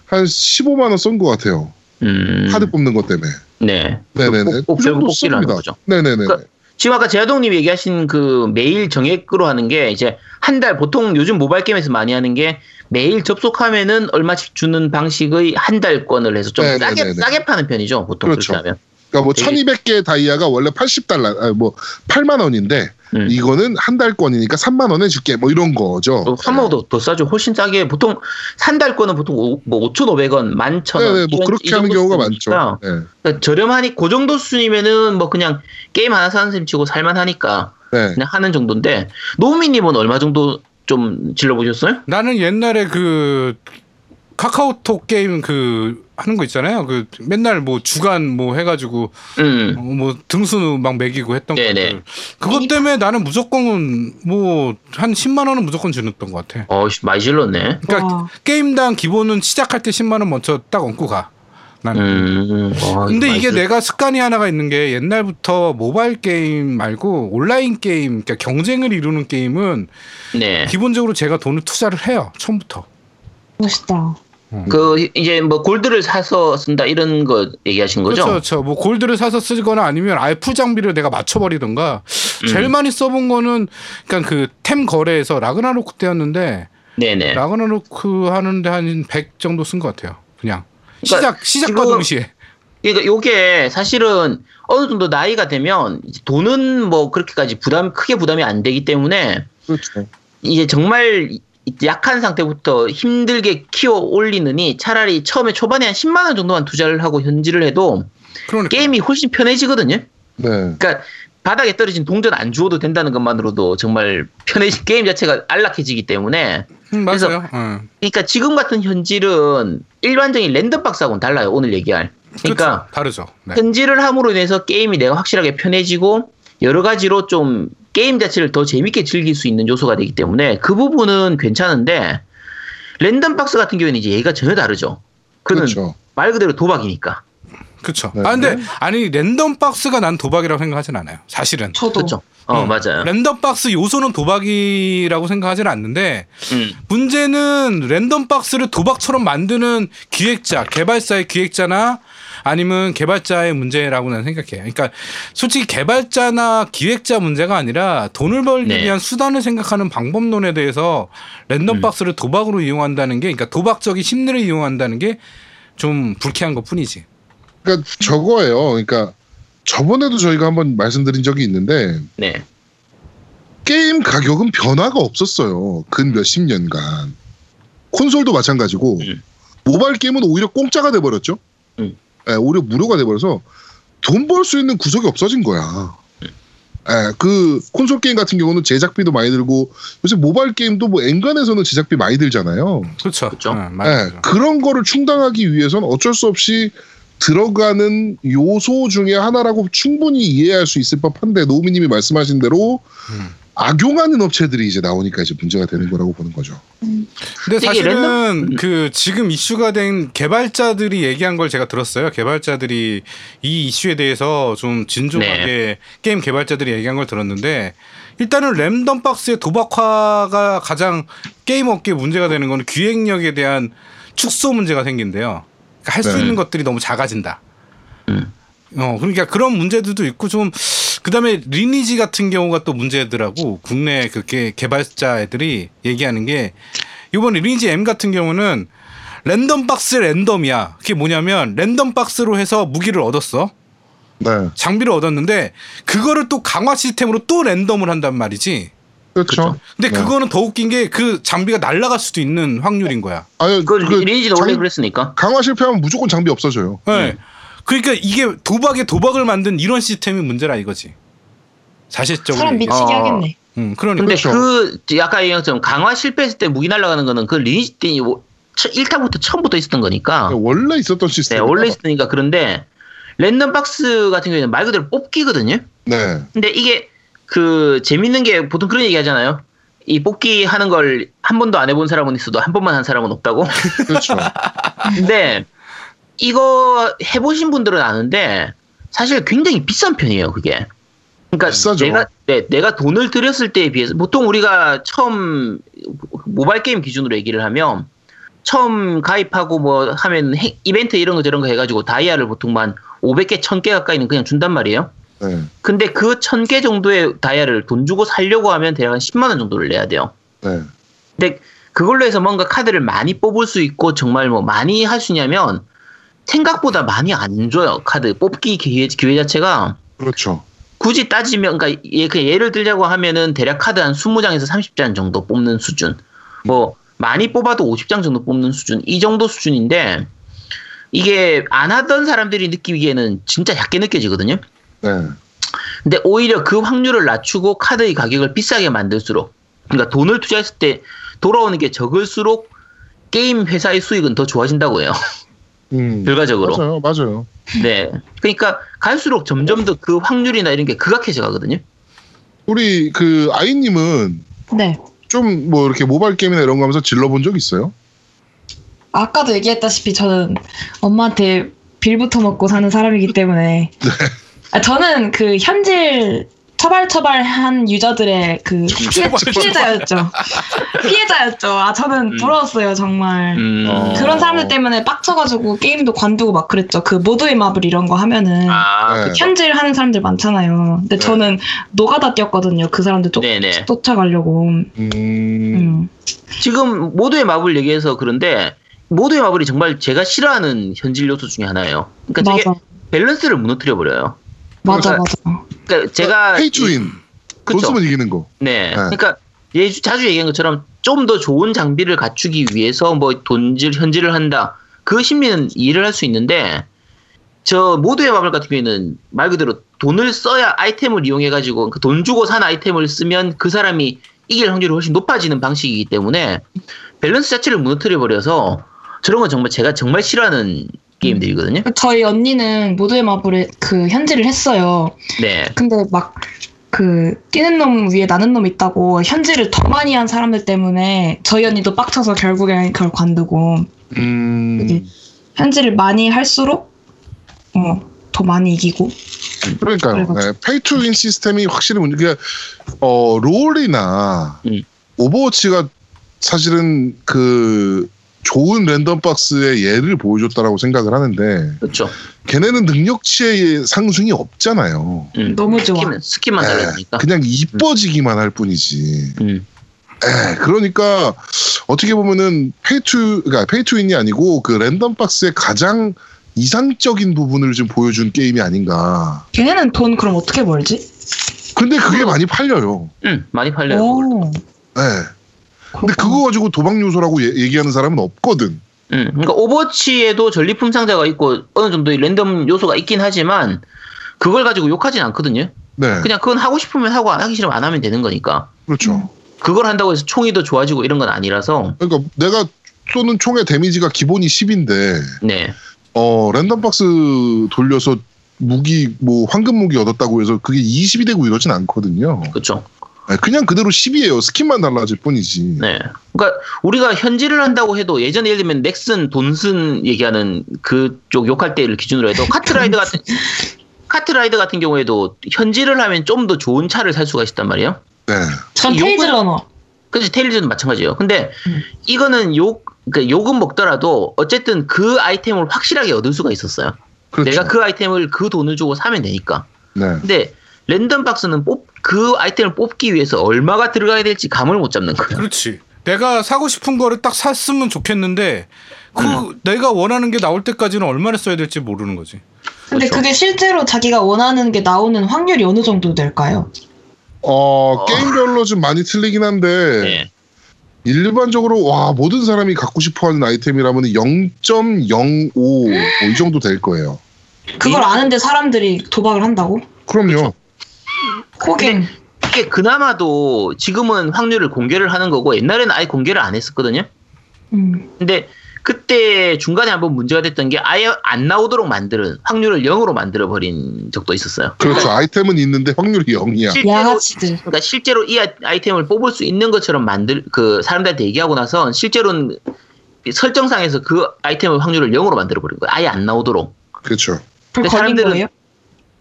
S1: 한 15만 원 쏜 것 같아요.
S2: 음,
S1: 카드 뽑는 것 때문에.
S2: 네.
S1: 네네네.
S2: 꼭- 꼭
S1: 그 정도
S2: 결국 뽑기를 하는
S1: 씁니다.
S2: 거죠.
S1: 네네네.
S2: 그러니까- 지금 아까 제아동님 얘기하신 그 매일 정액으로 하는 게 이제 한 달 보통 요즘 모바일 게임에서 많이 하는 게 매일 접속하면은 얼마씩 주는 방식의 한 달권을 해서 좀
S1: 네,
S2: 싸게
S1: 네, 네, 네.
S2: 싸게 파는 편이죠 보통 그렇
S1: 그렇죠.
S2: 게 하면
S1: 그러니까 뭐
S2: 되게-
S1: 1,200개 다이아가 원래 80달러 아, 뭐 8만 원인데
S2: 음.
S1: 이거는 한 달권이니까 3만 원에 줄게. 뭐 이런 거죠.
S2: 어, 사모도 더 싸죠 훨씬 싸게 보통 한 달권은 보통 오, 뭐 5,500원 11,000원
S1: 네네. 뭐
S2: 이
S1: 그렇게
S2: 정도
S1: 하는 경우가
S2: 수준이니까
S1: 많죠. 네.
S2: 그러니까 저렴하니 그 정도 수준이면은 뭐 그냥 게임 하나 사는 셈 치고 살만하니까
S1: 네.
S2: 그냥 하는 정도인데 노미님은 얼마 정도 좀 질러보셨어요?
S4: 음. 나는 옛날에 그 카카오톡 게임 그 하는 거 있잖아요. 그 맨날 뭐 주간 뭐 해가지고
S2: 음.
S4: 어, 뭐 등수 막 매기고 했던
S2: 네네.
S4: 것들. 그것 때문에 나는 무조건 뭐 한 10만 원은 무조건 지냈던 것 같아.
S2: 어, 씨, 많이 질렀네.
S4: 그러니까
S3: 와.
S4: 게임당 기본은 시작할 때 10만 원 먼저 딱 얹고 가. 나는.
S2: 음. 와,
S4: 근데
S2: 아, 많이
S4: 이게
S2: 질렀-
S4: 내가 습관이 하나가 있는 게 옛날부터 모바일 게임 말고 온라인 게임, 그러니까 경쟁을 이루는 게임은
S2: 네.
S4: 기본적으로 제가 돈을 투자를 해요. 처음부터.
S3: 멋있다.
S2: 그 이제 뭐 골드를 사서 쓴다 이런 거 얘기하신 거죠?
S4: 그렇죠, 그렇죠. 뭐 골드를 사서 쓰거나 아니면 아예 풀 장비를 내가 맞춰버리던가.
S2: 음.
S4: 제일 많이 써본 거는 그러니까 그 템 거래에서 라그나로크 때였는데
S2: 네네.
S4: 라그나로크 하는데 한 100 정도 쓴 것 같아요. 그냥 시작 시작과
S2: 그러니까 지금-
S4: 동시에.
S2: 그러니까 요게 사실은 어느 정도 나이가 되면 이제 돈은 뭐 그렇게까지 부담 크게 부담이 안 되기 때문에
S1: 그렇죠.
S2: 이제 정말 이- 약한 상태부터 힘들게 키워 올리느니 차라리 처음에 초반에 한 10만 원 정도만 투자를 하고 현질을 해도
S4: 그러니까
S2: 게임이 훨씬 편해지거든요.
S1: 네.
S2: 그러니까 바닥에 떨어진 동전 안 주워도 된다는 것만으로도 정말 편해진 게임 자체가 안락해지기 때문에
S4: 음,
S2: 그래서-
S4: 맞아요. 응.
S2: 그러니까 지금 같은 현질은 일반적인 랜덤박스하고는 달라요. 오늘 얘기할. 그러니까
S4: 그렇죠. 다르죠. 네.
S2: 현질을 함으로 인해서 게임이 내가 확실하게 편해지고 여러 가지로 좀 게임 자체를 더 재밌게 즐길 수 있는 요소가 되기 때문에 그 부분은 괜찮은데 랜덤박스 같은 경우에는 이제 얘기가 전혀 다르죠. 그는
S1: 그렇죠.
S2: 말 그대로 도박이니까.
S4: 그렇죠.
S1: 네.
S4: 아 근데 아니 랜덤 박스가 난 도박이라고 생각하진 않아요. 사실은.
S3: 저도.
S2: 그렇죠. 어
S4: 음.
S2: 맞아요.
S4: 랜덤 박스 요소는 도박이라고 생각하진 않는데
S2: 음.
S4: 문제는 랜덤 박스를 도박처럼 만드는 기획자, 개발사의 기획자나 아니면 개발자의 문제라고 난 생각해요. 그러니까 솔직히 개발자나 기획자 문제가 아니라 돈을 벌기
S2: 네.
S4: 위한 수단을 생각하는 방법론에 대해서 랜덤
S2: 음.
S4: 박스를 도박으로 이용한다는 게 그러니까 도박적인 심리를 이용한다는 게 좀 불쾌한 것 뿐이지.
S1: 그러니까 저거예요. 그러니까 저번에도 저희가 한번 말씀드린 적이 있는데
S2: 네.
S1: 게임 가격은 변화가 없었어요. 근 몇십 년간. 콘솔도 마찬가지고
S2: 음.
S1: 모바일 게임은 오히려 공짜가 돼버렸죠.
S2: 음.
S1: 예, 오히려 무료가 돼버려서 돈 벌 수 있는 구석이 없어진 거야. 예, 그 콘솔 게임 같은 경우는 제작비도 많이 들고 요새 모바일 게임도 뭐 엔간에서는 제작비 많이 들잖아요.
S4: 그렇죠.
S2: 그쵸.
S4: 응,
S1: 예,
S4: 맞아요.
S1: 그런 거를 충당하기 위해선 어쩔 수 없이 들어가는 요소 중에 하나라고 충분히 이해할 수 있을 법한데 노우미님이 말씀하신 대로
S4: 음.
S1: 악용하는 업체들이 이제 나오니까 이제 문제가 되는 거라고 보는 거죠.
S4: 근데
S2: 되게
S4: 사실은
S2: 랜덤- 음.
S4: 그 지금 이슈가 된 개발자들이 얘기한 걸 제가 들었어요. 개발자들이 이 이슈에 대해서 좀 진중하게
S2: 네.
S4: 게임 개발자들이 얘기한 걸 들었는데 일단은 랜덤 박스의 도박화가 가장 게임 업계 문제가 되는 거는 기획력에 대한 축소 문제가 생긴대요. 그러니까 할 수
S1: 네.
S4: 있는 것들이 너무 작아진다.
S2: 음.
S4: 어 그러니까 그런 문제들도 있고 좀 그다음에 리니지 같은 경우가 또 문제더라고 국내 그게 개발자 애들이 얘기하는 게 이번 리니지 M 같은 경우는 랜덤 박스 랜덤이야. 그게 뭐냐면 랜덤 박스로 해서 무기를 얻었어.
S1: 네,
S4: 장비를 얻었는데 그거를 또 강화 시스템으로 또 랜덤을 한단 말이지.
S1: 그렇죠.
S2: 그렇죠.
S4: 근데
S1: 네.
S4: 그거는 더 웃긴 게 그 장비가 날아갈 수도 있는 확률인 거야.
S1: 아니
S2: 그
S1: 그
S2: 리니지도 원래
S1: 장-
S2: 그랬으니까.
S1: 강화 실패하면 무조건 장비 없어져요.
S4: 네.
S2: 음.
S4: 그러니까 이게 도박에 도박을 만든 이런 시스템이 문제라 이거지. 사실적으로.
S3: 사람
S4: 얘기해.
S3: 미치게
S2: 어.
S3: 하겠네.
S4: 음, 그러니까.
S2: 근데
S1: 그렇죠.
S2: 그 아까 얘기한 것처럼 강화 실패했을 때 무기 날아가는 거는 그 리니지 때 1타부터 처음부터 있었던 거니까.
S1: 원래 있었던
S2: 네,
S1: 시스템.
S2: 원래 있으니까 그런데 랜덤 박스 같은 경우에는 말 그대로 뽑기거든요.
S1: 네,
S2: 근데 이게 그 재밌는 게 보통 그런 얘기 하잖아요. 이 뽑기 하는 걸 한 번도 안 해본 사람은 있어도 한 번만 한 사람은 없다고.
S1: 그렇죠. 네.
S2: 근데 이거 해보신 분들은 아는데 사실 굉장히 비싼 편이에요. 그게. 그러니까
S1: 비싸죠.
S2: 내가 네, 내가 돈을 들였을 때에 비해서 보통 우리가 처음 모바일 게임 기준으로 얘기를 하면 처음 가입하고 뭐 하면 해- 이벤트 이런 거 저런 거 해가지고 다이아를 보통 한 500개, 1000개 가까이는 그냥 준단 말이에요.
S1: 네,
S2: 근데 그 1000개 정도의 다이아를 돈 주고 살려고 하면 대략 한 10만원 정도를 내야 돼요.
S1: 네,
S2: 근데 그걸로 해서 뭔가 카드를 많이 뽑을 수 있고 정말 뭐 많이 할 수 있냐면 생각보다 많이 안 줘요. 카드 뽑기 기회, 기회 자체가
S1: 그렇죠.
S2: 굳이 따지면 그러니까 예, 그 예를 들자고 하면은 대략 카드 한 20장에서 30장 정도 뽑는 수준. 뭐 많이 뽑아도 50장 정도 뽑는 수준. 이 정도 수준인데 이게 안 하던 사람들이 느끼기에는 진짜 얕게 느껴지거든요.
S1: 네,
S2: 근데 오히려 그 확률을 낮추고 카드의 가격을 비싸게 만들수록 그러니까 돈을 투자했을 때 돌아오는 게 적을수록 게임 회사의 수익은 더 좋아진다고 해요. [LAUGHS]
S1: 음,
S2: 결과적으로.
S1: 맞아요, 맞아요.
S2: 네. 그러니까 갈수록 점점 더 그 확률이나 이런 게 극악해져 가거든요.
S1: 우리 그 아이님은
S3: 네.
S1: 좀 뭐 이렇게 모바일 게임이나 이런 거 하면서 질러본 적 있어요?
S3: 아까도 얘기했다시피 저는 엄마한테 빌부터 먹고 사는 사람이기 때문에 아, 저는 그 현질 처발처발한 유저들의 그 피해,
S4: 처발처발.
S3: 피해자였죠. 피해자였죠. 아 저는
S2: 음.
S3: 부러웠어요 정말.
S1: 어.
S3: 그런 사람들 때문에 빡쳐가지고 게임도 관두고 막 그랬죠. 그 모두의 마블 이런 거 하면은
S2: 아,
S1: 네.
S3: 현질 하는 사람들 많잖아요. 근데
S1: 네.
S3: 저는 노가다 뛰었거든요. 그 사람들 쫓,
S2: 그렇죠. 네네.
S3: 쫓아가려고.
S1: 음,
S3: 음.
S2: 지금 모두의 마블 얘기해서 그런데 모두의 마블이 정말 제가 싫어하는 현질 요소 중에 하나예요. 그러니까 되게
S3: 맞아.
S2: 밸런스를 무너뜨려 버려요.
S3: 맞아,
S2: 그러니까
S3: 맞아.
S2: 그러니까
S1: 어,
S2: 제가
S1: 페이투인 돈
S2: 그쵸?
S1: 쓰면 이기는 거.
S2: 네.
S1: 네.
S2: 그러니까 예, 자주 얘기한 것처럼 좀 더 좋은 장비를 갖추기 위해서 뭐 돈질 현질을 한다. 그 심리는 이해를 할 수 있는데 저 모두의 마블 같은 경우에는 말 그대로 돈을 써야 아이템을 이용해 가지고 그돈 주고 산 아이템을 쓰면 그 사람이 이길 확률이 훨씬 높아지는 방식이기 때문에 밸런스 자체를 무너뜨려 버려서 저런 건 정말 제가 정말 싫어하는 게임들이거든요.
S3: 저희 언니는 모두의 마블에 그 현질을 했어요.
S2: 네.
S3: 근데 막 그 뛰는 놈 위에 나는 놈 있다고 현질을 더 많이 한 사람들 때문에 저희 언니도 빡쳐서 결국엔 그걸 관두고
S1: 음,
S3: 그게- 현질을 많이 할수록 어, 더 많이 이기고
S1: 그러니까요. 네,
S3: 그래가지고.
S1: 페이투인 시스템이 확실히 문제. 그러니까 어, 롤이나
S2: 음.
S1: 오버워치가 사실은 그 좋은 랜덤 박스의 예를 보여줬다라고 생각을 하는데
S2: 그렇죠.
S1: 걔네는 능력치의 상승이 없잖아요.
S2: 음.
S3: 너무 좋아.
S2: 스킨은- 스킨만
S1: 네,
S2: 달라지니까.
S1: 그냥 이뻐지기만 할 뿐이지.
S2: 음.
S1: 에, 그러니까 어떻게 보면은 페이투 그러니까 페이투인이 아니고 그 랜덤 박스의 가장 이상적인 부분을 지금 보여준 게임이 아닌가.
S3: 걔네는 돈 그럼 어떻게 벌지?
S1: 근데 그게
S2: 음.
S1: 많이 팔려요.
S2: 응, 음. 많이 팔려요. 그걸로.
S3: 오.
S1: 예. 근데 그거 가지고 도박 요소라고 얘- 얘기하는 사람은 없거든.
S2: 음, 그러니까 오버워치에도 전리품 상자가 있고 어느 정도 이 랜덤 요소가 있긴 하지만 그걸 가지고 욕하진 않거든요.
S1: 네.
S2: 그냥 그건 하고 싶으면 하고 안 하기 싫으면 안 하면 되는 거니까. 음.
S1: 그렇죠.
S2: 그걸 한다고 해서 총이 더 좋아지고 이런 건 아니라서.
S1: 그러니까 내가 쏘는 총의 데미지가 기본이 10인데
S2: 네.
S1: 어, 랜덤박스 돌려서 무기 뭐 황금 무기 얻었다고 해서 그게 20이 되고 이러진 않거든요.
S2: 그렇죠.
S1: 네, 그냥 그대로 10이에요. 스킨만 달라질 뿐이지.
S2: 네. 그러니까 우리가 현질을 한다고 해도 예전에 예를 들면 넥슨 돈슨 얘기하는 그쪽 욕할 때를 기준으로 해도 카트라이더 같은 카트라이더 같은 경우에도 현질을 하면 좀 더 좋은 차를 살 수가 있단 말이에요.
S1: 네.
S3: 전
S2: 욕을-
S3: 테이즈러너.
S2: 그렇지 테일즈는 마찬가지예요. 근데
S3: 음.
S2: 이거는 욕 그러니까 욕은 먹더라도 어쨌든 그 아이템을 확실하게 얻을 수가 있었어요.
S1: 그렇죠.
S2: 내가 그 아이템을 그 돈을 주고 사면 되니까.
S1: 네.
S2: 근데 랜덤 박스는 뽑 그 아이템을 뽑기 위해서 얼마가 들어가야 될지 감을 못 잡는 거예요.
S4: 그렇지. 내가 사고 싶은 거를 딱 샀으면 좋겠는데 그 내가 원하는 게 나올 때까지는 얼마를 써야 될지 모르는 거지.
S3: 근데
S2: 그렇죠.
S3: 그게 실제로 자기가 원하는 게 나오는 확률이 어느 정도 될까요?
S1: 어,
S2: 어.
S1: 게임별로 좀 많이 틀리긴 한데
S2: 네.
S1: 일반적으로 와 모든 사람이 갖고 싶어하는 아이템이라면 0.05 뭐이 정도 될 거예요.
S3: 그걸
S2: 이-
S3: 아는데 사람들이 도박을 한다고?
S1: 그럼요.
S3: 코갱.
S2: 이게 그나마도 지금은 확률을 공개를 하는 거고 옛날에는 아예 공개를 안 했었거든요.
S3: 음.
S2: 근데 그때 중간에 한번 문제가 됐던 게 아예 안 나오도록 만드는 확률을 0으로 만들어 버린 적도 있었어요.
S1: 그렇죠. 아이템은 있는데 확률이 0이야.
S2: 네. 실제로
S3: 양아치들.
S2: 그러니까 실제로 이 아이- 아이템을 뽑을 수 있는 것처럼 만들 그 사람들한테 얘기하고 나서 실제로는 이 설정상에서 그 아이템의 확률을 0으로 만들어 버린 거예요. 아예 안 나오도록.
S1: 그렇죠.
S3: 불
S2: 근데
S3: 걸린
S2: 사람들은-
S3: 거예요?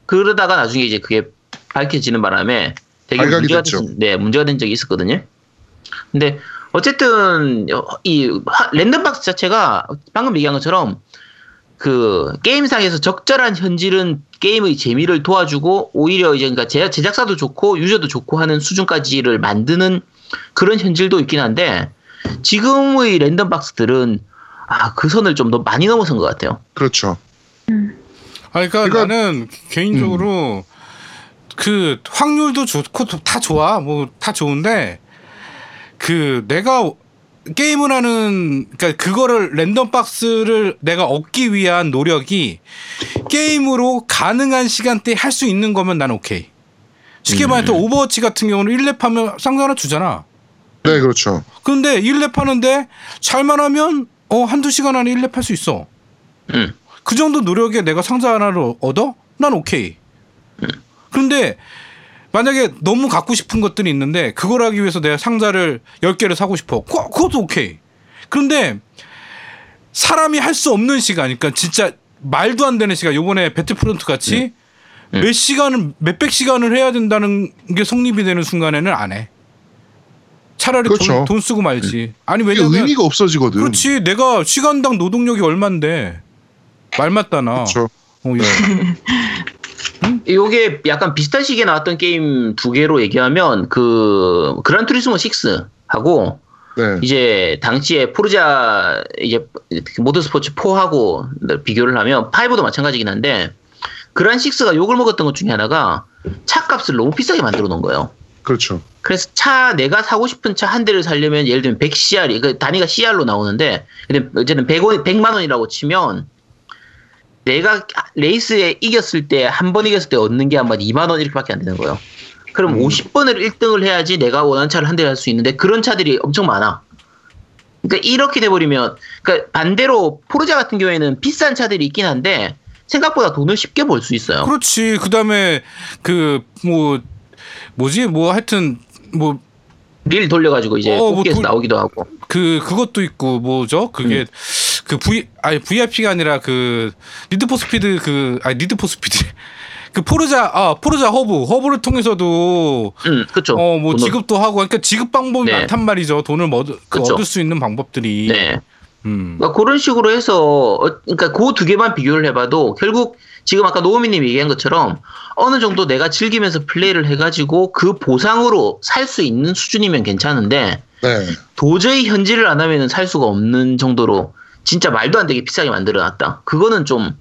S2: 그러다가 나중에 이제 그게 밝혀지는 바람에 되게
S1: 발각이
S2: 문제가
S1: 됐죠.
S2: 된, 네, 문제가 된 적이 있었거든요. 근데 어쨌든 이 하- 랜덤박스 자체가 방금 얘기한 것처럼 그 게임상에서 적절한 현질은 게임의 재미를 도와주고 오히려 이제 그러니까 제- 제작사도 좋고 유저도 좋고 하는 수준까지를 만드는 그런 현질도 있긴 한데 지금의 랜덤박스들은 아 그 선을 좀 더 많이 넘어선 것 같아요.
S1: 그렇죠.
S4: 아, 그러니까, 음.
S1: 그러니까-
S4: 나는 개인적으로 그 확률도 좋고 다 좋아 뭐 다 좋은데 그 내가 게임을 하는 그러니까 그거를 랜덤 박스를 내가 얻기 위한 노력이 게임으로 가능한 시간대에 할 수 있는 거면 난 오케이. 쉽게
S2: 음.
S4: 말해서 오버워치 같은 경우는 1렙 하면 상자 하나 주잖아.
S1: 네, 그렇죠.
S4: 근데 1렙 하는데 잘만 하면 어 한두 시간 안에 1렙 할 수 있어.
S2: 음.
S4: 그 정도 노력에 내가 상자 하나를 얻어? 난 오케이. 그런데 만약에 너무 갖고 싶은 것들이 있는데 그걸 하기 위해서 내가 상자를 10개를 사고 싶어. 그, 그것도 오케이. 그런데 사람이 할 수 없는 시간, 그러니까 진짜 말도 안 되는 시간. 요번에 배틀프론트 같이
S2: 네.
S4: 몇 시간을 몇백 시간을 해야 된다는 게 성립이 되는 순간에는 안 해. 차라리 돈,
S1: 그렇죠.
S4: 돈 쓰고 말지. 아니
S1: 이게
S4: 왜냐면
S1: 의미가 없어지거든.
S4: 그렇지 내가 시간당 노동력이 얼만데 말 맞다나.
S1: 그렇죠.
S4: 어, 예.
S2: [LAUGHS] 요게 약간 비슷한 시기에 나왔던 게임 두 개로 얘기하면 그 그란 투리스모 6하고
S1: 네.
S2: 이제 당시에 포르자 이제 모터스포츠 4하고 비교를 하면 5도 마찬가지긴 한데 그란 6가 욕을 먹었던 것 중에 하나가 차 값을 너무 비싸게 만들어 놓은 거예요.
S1: 그렇죠.
S2: 그래서 차 내가 사고 싶은 차 한 대를 사려면 예를 들면 100CR 그 단위가 CR로 나오는데 근데 어쨌든 100원 100만 원이라고 치면 내가 레이스에 이겼을 때 한 번 이겼을 때 얻는 게 아마 2만 원 이렇게밖에 안 되는 거예요.
S4: 음.
S2: 그럼 50번을 1등을 해야지 내가 원하는 차를 한 대를 할 수 있는데 그런 차들이 엄청 많아. 그러니까 이렇게 돼버리면 그러니까 반대로 포르자 같은 경우에는 비싼 차들이 있긴 한데 생각보다 돈을 쉽게 벌 수 있어요.
S4: 그렇지. 그다음에 그 뭐 뭐지 뭐 하여튼 뭐
S2: 릴 돌려가지고 이제
S4: 어, 뭐
S2: 뽑기에서
S4: 돈-
S2: 나오기도 하고.
S4: 그 그것도 있고 뭐죠? 그게
S1: 음.
S4: 그 V 아니 VIP가 아니라 그 니드포 스피드 그 아니 니드포 스피드 [LAUGHS] 그 포르자 아 포르자 허브 허브를 통해서도
S2: 음, 그렇죠.
S4: 어 뭐
S2: 돈을-
S4: 지급도 하고 그러니까 지급 방법이
S2: 네.
S4: 많단 말이죠. 돈을 뭐, 얻- 그
S2: 그쵸.
S4: 얻을 수 있는 방법들이.
S2: 네.
S4: 음.
S2: 그러니까 그런 식으로 해서 어, 그러니까 그 두 개만 비교를 해봐도 결국 지금 아까 노우미님 얘기한 것처럼 어느 정도 내가 즐기면서 플레이를 해가지고 그 보상으로 살 수 있는 수준이면 괜찮은데
S1: 네.
S2: 도저히 현질을 안 하면은 살 수가 없는 정도로 진짜 말도 안 되게 비싸게 만들어놨다. 그거는 좀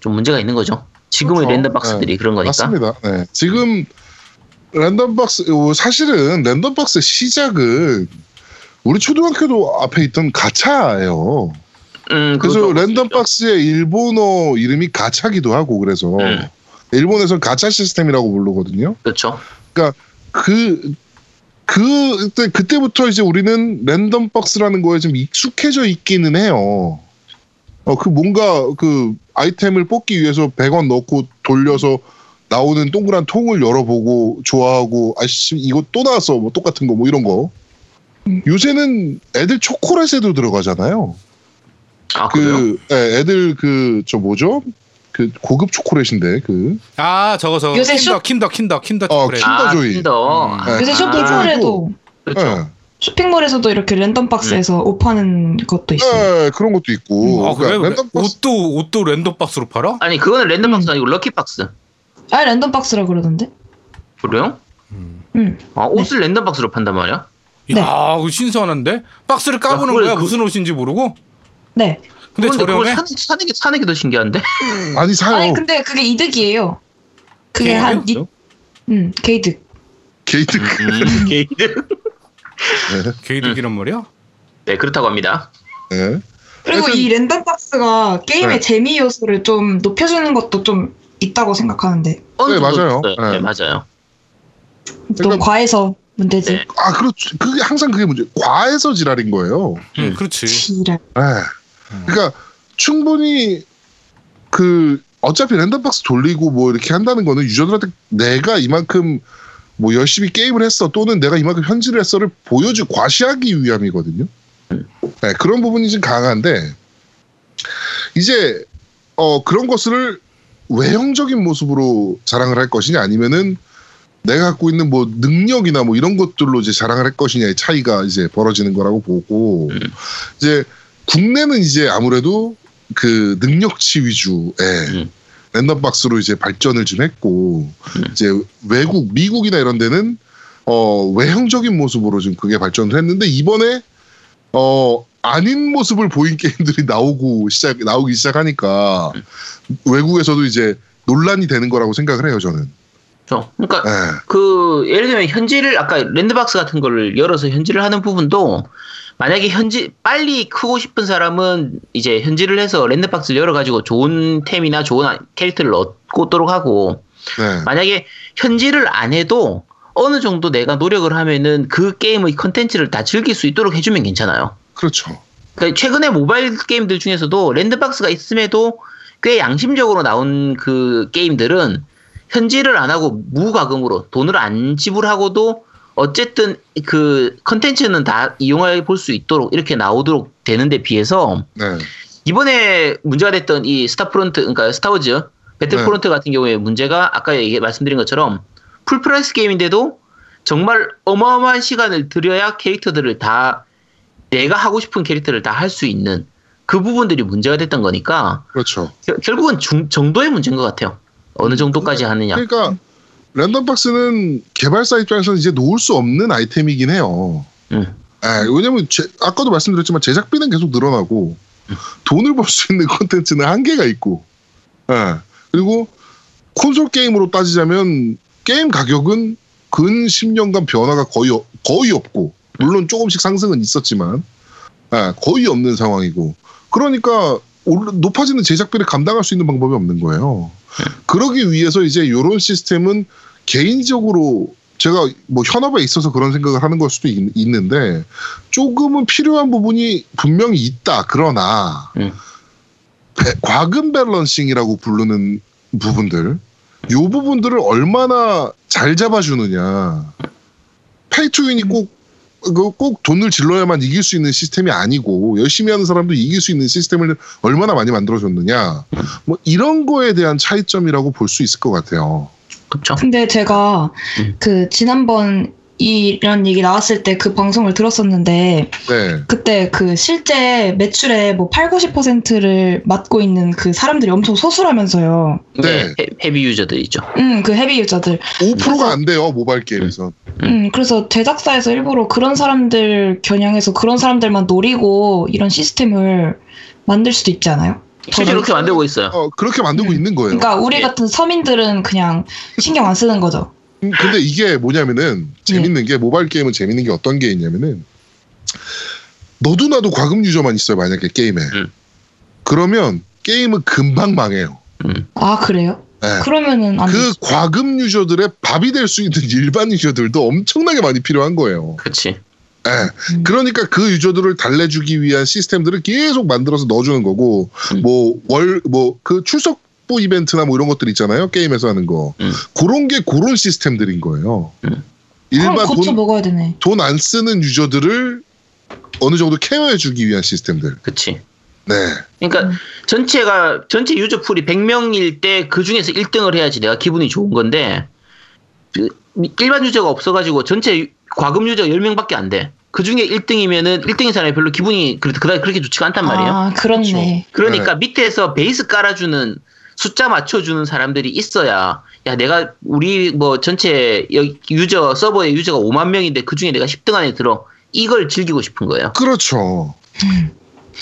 S2: 좀 문제가 있는 거죠. 지금의
S1: 그렇죠.
S2: 랜덤박스들이
S1: 네.
S2: 그런 거니까.
S1: 맞습니다. 네. 지금 랜덤박스 어, 사실은 랜덤박스 시작은 우리 초등학교도 앞에 있던 가차예요.
S2: 음,
S1: 그래서
S2: 그것도 그렇죠.
S1: 랜덤박스의 일본어 이름이 가차기도 하고 그래서
S2: 음.
S1: 일본에서 가차 시스템이라고 부르거든요.
S2: 그렇죠.
S1: 그 그때 그때부터 이제 우리는 랜덤박스라는 거에 좀 익숙해져 있기는 해요. 어 그 뭔가 그 아이템을 뽑기 위해서 100원 넣고 돌려서 나오는 동그란 통을 열어보고 좋아하고 아씨 이거 또 나왔어 뭐 똑같은 거 뭐 이런 거.
S3: 음.
S1: 요새는 애들 초콜릿에도 들어가잖아요.
S2: 아, 그래요?
S1: 그 예, 애들 그 저 뭐죠? 그 고급 초콜릿인데 그
S4: 아 저거 저거
S3: 요새
S4: 킨더
S3: 쇼-
S4: 킨더 킨더 킨더
S1: 어,
S4: 초콜릿.
S1: 킨-
S2: 아,
S1: 킨더조이.
S2: 킨더.
S4: 음.
S2: 아,
S3: 요새 쇼핑몰에도
S2: 그렇죠.
S1: 예.
S3: 쇼핑몰에서도 이렇게 랜덤박스에서
S2: 네.
S3: 오파는 것도 있어요.
S1: 예, 그런 것도
S2: 음,
S1: 있고.
S4: 아 그래?
S1: 그러니까
S4: 그래?
S1: 랜덤박스
S4: 옷도 옷도 랜덤박스로 팔아?
S2: 아니 그거는 랜덤박스 아니고 럭키박스.
S3: 아 랜덤박스라 그러던데? 음,
S2: 그래요?
S3: 응.
S2: 아, 옷을 랜덤박스로 판단 말이야?
S3: 네.
S4: 야, 그거 신선한데 박스를 까보는
S2: 야, 그걸
S4: 거야
S2: 그-
S4: 무슨 옷인지 모르고.
S3: 네.
S4: 근데
S2: 그런데 그걸
S4: 저렴해?
S2: 사는, 사는 게 사는 게 더 신기한데?
S1: 아니 사요.
S3: 아니 근데 그게 이득이에요.
S2: 네.
S3: 그게
S4: 개이득?
S3: 한 이, 음 개이득.
S1: 게이트
S2: 음, 게이드.
S4: 개이득이란 말이야?
S2: [LAUGHS] 네 그렇다고 합니다.
S1: 예.
S3: 그리고
S1: 하여튼-
S3: 이 랜덤박스가 게임의
S1: 네.
S3: 재미 요소를 좀 높여주는 것도 좀 있다고 생각하는데
S2: 어느
S1: 네,
S2: 정도
S1: 맞아요.
S2: 있어요. 네,
S1: 네.
S2: 맞아요.
S3: 너무
S1: 그러니까-
S3: 과해서 문제지.
S2: 네.
S1: 아 그렇죠. 그게 항상 그게 문제. 과해서 지랄인 거예요.
S2: 음.
S4: 응, 그렇지.
S3: 지랄.
S1: 예. 그러니까 충분히 그 어차피 랜덤박스 돌리고 뭐 이렇게 한다는 거는 유저들한테 내가 이만큼 뭐 열심히 게임을 했어 또는 내가 이만큼 현질을 했어를 보여주 과시하기 위함이거든요. 네, 그런 부분이 좀 강한데 이제 어 그런 것을 외형적인 모습으로 자랑을 할 것이냐 아니면은 내가 갖고 있는 뭐 능력이나 뭐 이런 것들로 이제 자랑을 할 것이냐의 차이가 이제 벌어지는 거라고 보고
S2: 음.
S1: 이제 국내는 이제 아무래도 그 능력치 위주의
S2: 음.
S1: 랜덤박스로 이제 발전을 좀 했고
S2: 음.
S1: 이제 외국 미국이나 이런 데는 어 외형적인 모습으로 좀 그게 발전을 했는데 이번에 어 아닌 모습을 보인 게임들이 나오고 시작 나오기 시작하니까 외국에서도 이제 논란이 되는 거라고 생각을 해요 저는.
S2: 그렇죠. 그러니까
S1: 예.
S2: 그 예를 들면 현질을 아까 랜드박스 같은 거를 열어서 현질을 하는 부분도 만약에 현지 빨리 크고 싶은 사람은 이제 현질을 해서 랜드박스를 열어가지고 좋은 템이나 좋은 아- 캐릭터를 얻고도록 하고
S1: 네.
S2: 만약에 현질을 안 해도 어느 정도 내가 노력을 하면은 그 게임의 컨텐츠를 다 즐길 수 있도록 해주면 괜찮아요.
S1: 그렇죠.
S2: 그러니까 최근에 모바일 게임들 중에서도 랜드박스가 있음에도 꽤 양심적으로 나온 그 게임들은 현질을 안 하고 무과금으로 돈을 안 지불하고도 어쨌든 그 컨텐츠는 다 이용해 볼 수 있도록 이렇게 나오도록 되는데 비해서
S1: 네.
S2: 이번에 문제가 됐던 이 스타프론트 그러니까 스타워즈 배틀프론트 같은 경우에 문제가 아까 얘기 말씀드린 것처럼 풀프라이스 게임인데도 정말 어마어마한 시간을 들여야 캐릭터들을 다 내가 하고 싶은 캐릭터를 다 할 수 있는 그 부분들이 문제가 됐던 거니까
S1: 그렇죠.
S2: 겨- 결국은 중- 정도의 문제인 것 같아요. 어느 정도까지 하느냐.
S1: 그러니까 랜덤박스는 개발사 입장에서는 이제 놓을 수 없는 아이템이긴 해요.
S2: 음.
S1: 예, 왜냐면 제- 아까도 말씀드렸지만 제작비는 계속 늘어나고 돈을 벌 수 있는 [LAUGHS] 콘텐츠는 한계가 있고 예, 그리고 콘솔 게임으로 따지자면 게임 가격은 근 10년간 변화가 거의 없- 거의 없고 물론 조금씩 상승은 있었지만 예, 거의 없는 상황이고 그러니까 올- 높아지는 제작비를 감당할 수 있는 방법이 없는 거예요. 그러기 위해서 이제 이런 시스템은 개인적으로 제가 뭐 현업에 있어서 그런 생각을 하는 걸 수도 있, 는데 조금은 필요한 부분이 분명히 있다. 그러나
S2: 음.
S1: 배- 과금 밸런싱이라고 부르는 부분들 이 부분들을 얼마나 잘 잡아주느냐 페이투윈이 꼭 그 꼭 돈을 질러야만 이길 수 있는 시스템이 아니고 열심히 하는 사람도 이길 수 있는 시스템을 얼마나 많이 만들어줬느냐 뭐 이런 거에 대한 차이점이라고 볼 수 있을 것 같아요.
S2: 그렇죠.
S3: 근데 제가
S2: 음.
S3: 그 지난번 이런 얘기 나왔을 때 그 방송을 들었었는데
S1: 네,
S3: 그때 그 실제 매출의 뭐 8, 90%를 맡고 있는 그 사람들이 엄청 소수라면서요.
S1: 네.
S2: 헤비 유저들이죠.
S3: 음, 그 헤비 유저들.
S1: 5%가 안 돼요 모바일 게임에서.
S3: 음, 그래서 제작사에서 일부러 그런 사람들 겨냥해서 그런 사람들만 노리고 이런 시스템을 만들 수도 있지 않아요?
S2: 실제로 그렇게 만들고 있어요.
S1: 어 그렇게 만들고
S3: 음.
S1: 있는 거예요.
S3: 그러니까 우리
S2: 예.
S3: 같은 서민들은 그냥 신경 안 쓰는 거죠.
S1: 음, 근데 이게 뭐냐면은 재밌는 게 모바일 게임은 재밌는 게 어떤 게 있냐면은 너도 나도 과금 유저만 있어요 만약에 게임에
S2: 음.
S1: 그러면 게임은 금방 망해요.
S3: 아 그래요?
S1: 네.
S3: 그러면은 안
S1: 그
S3: 되지.
S1: 과금 유저들의 밥이 될 수 있는 [LAUGHS] 일반 유저들도 엄청나게 많이 필요한 거예요.
S2: 그렇지.
S1: 예.
S3: 음.
S1: 그러니까 그 유저들을 달래주기 위한 시스템들을 계속 만들어서 넣어주는 거고,
S2: 음.
S1: 뭐, 월, 뭐, 그 출석 보 이벤트나 뭐 이런 것들 있잖아요. 게임에서 하는 거.
S2: 음.
S1: 그런 게 그런 시스템들인 거예요.
S2: 음.
S3: 아, 그럼
S1: 일반
S3: 고쳐 먹어야 되네.
S1: 돈 돈 안 쓰는 유저들을 어느 정도 케어해주기 위한 시스템들.
S2: 그렇지.
S1: 네.
S2: 그러니까
S3: 음.
S2: 전체가 전체 유저 풀이 100명일 때 그 중에서 1등을 해야지 내가 기분이 좋은 건데 그 일반 유저가 없어가지고 전체 유- 과금 유저 10명밖에 안 돼. 그 중에 1등이면은 1등인 사람이 별로 기분이 그- 그다지 그렇게 좋지가 않단 말이에요.
S3: 아 그렇네.
S2: 그러니까 밑에서 베이스 깔아주는 숫자 맞춰주는 사람들이 있어야 야 내가 우리 뭐 전체 여- 유저 서버의 유저가 5만 명인데 그 중에 내가 10등 안에 들어 이걸 즐기고 싶은 거예요.
S1: 그렇죠.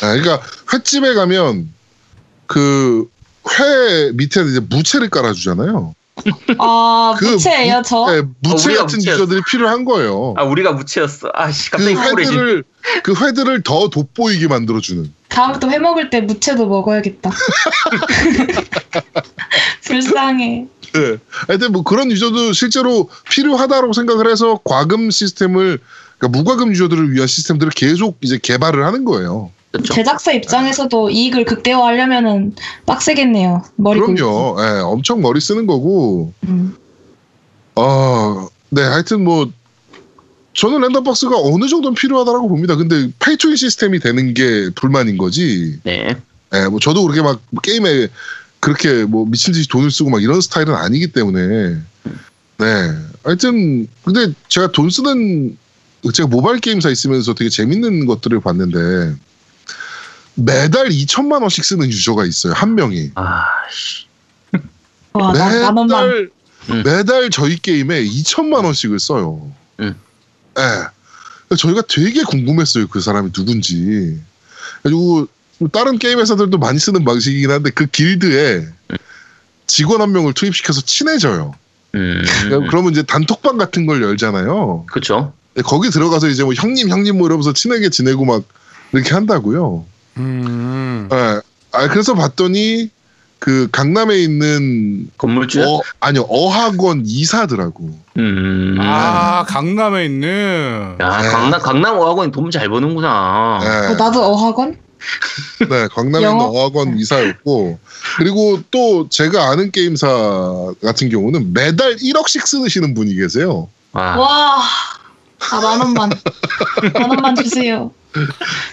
S1: 아, 그러니까 횟집에 가면 그, 회 밑에 이제 무채를 깔아주잖아요.
S3: 아
S1: 그
S3: 부채예요
S1: 무-
S3: 저.
S1: 네, 무채
S2: 우리가
S1: 같은
S2: 무채였어.
S1: 유저들이 필요한 거예요.
S2: 아 우리가 무채였어. 아씨
S1: 그
S2: 갑자기 우울해진.
S1: 회들을 그 회들을 더 돋보이게 만들어주는.
S3: 다음부터 회 먹을 때 무채도
S1: [LAUGHS]
S3: 먹어야겠다. 불쌍해.
S1: 네. 하여튼 뭐 그런 유저도 실제로 필요하다고 생각을 해서 과금 시스템을 그러니까 무과금 유저들을 위한 시스템들을 계속 이제 개발을 하는 거예요.
S2: 그렇죠.
S3: 제작사 입장에서도 이익을 극대화하려면은 빡세겠네요. 머리 굴리고.
S1: 그럼요. 예, 엄청 머리 쓰는 거고.
S3: 음.
S1: 어, 네. 하여튼 뭐 저는 랜덤박스가 어느 정도는 필요하다라고 봅니다. 근데 페이투윈 시스템이 되는 게 불만인 거지.
S2: 네.
S1: 예, 뭐 저도 그렇게 막뭐 게임에 그렇게 뭐 미친 듯이 돈을 쓰고 막 이런 스타일은 아니기 때문에 네 하여튼 근데 제가 돈 쓰는 제가 모바일 게임사 있으면서 되게 재밌는 것들을 봤는데 매달 2천만 원씩 쓰는 유저가 있어요 한 명이
S2: 아씨.
S3: 와, 아, 나, 만 원만.
S1: 매달
S2: 음.
S1: 매달 저희 게임에 2천만 원씩을 써요.
S2: 음.
S1: 예. 그러니까 저희가 되게 궁금했어요 그 사람이 누군지. 그리고 다른 게임 회사들도 많이 쓰는 방식이긴 한데 그 길드에 직원 한 명을 투입시켜서 친해져요.
S2: 음.
S1: 그러니까 그러면 이제 단톡방 같은 걸 열잖아요.
S2: 그렇죠.
S1: 근데 거기 들어가서 이제 뭐 형님 형님 뭐 이러면서 친하게 지내고 막 이렇게 한다고요.
S4: 음.
S1: 예. 아 그래서 봤더니 그 강남에 있는
S2: 건물주.
S1: 어, 아니요 어학원 이사더라고.
S2: 음. 아,
S4: 아 강남에 있는.
S1: 네.
S2: 강남 강남 어학원이 돈 잘 버는구나.
S1: 예.
S3: 어, 나도 어학원?
S1: 네, 광남에 있는
S3: 영어? 네.
S1: 어학원 이사였고 그리고 또 제가 아는 게임사 같은 경우는 매달 1억씩 쓰시는 분이 계세요.
S2: 와.
S3: 와, 나 만 원만. 만 원만 주세요.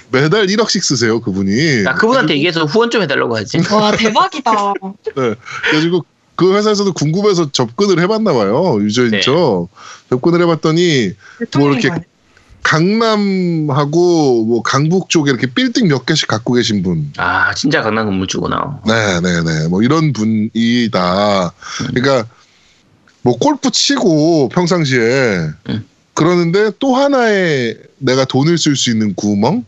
S1: 매달 1억씩 쓰세요, 그분이.
S3: 아,
S2: 나 그분한테 얘기해서 후원 좀 해달라고
S1: 음.
S2: 하지.
S3: 와, 대박이다.
S1: 그래가지고 그 회사에서도 궁금해서 접근을 해봤나 봐요.
S3: 네.
S1: 유저인죠. 접근을 해봤더니
S3: 대통령인
S1: 이렇게
S3: 거 아니야?
S1: 강남하고 뭐 강북 쪽에 이렇게 빌딩 몇 개씩 갖고 계신 분.
S2: 아 진짜 강남 건물주구나.
S1: 네, 네, 네. 뭐 이런 분이다.
S2: 음.
S1: 그러니까 뭐 골프 치고 평상시에
S2: 음.
S1: 그러는데 또 하나의 내가 돈을 쓸 수 있는 구멍.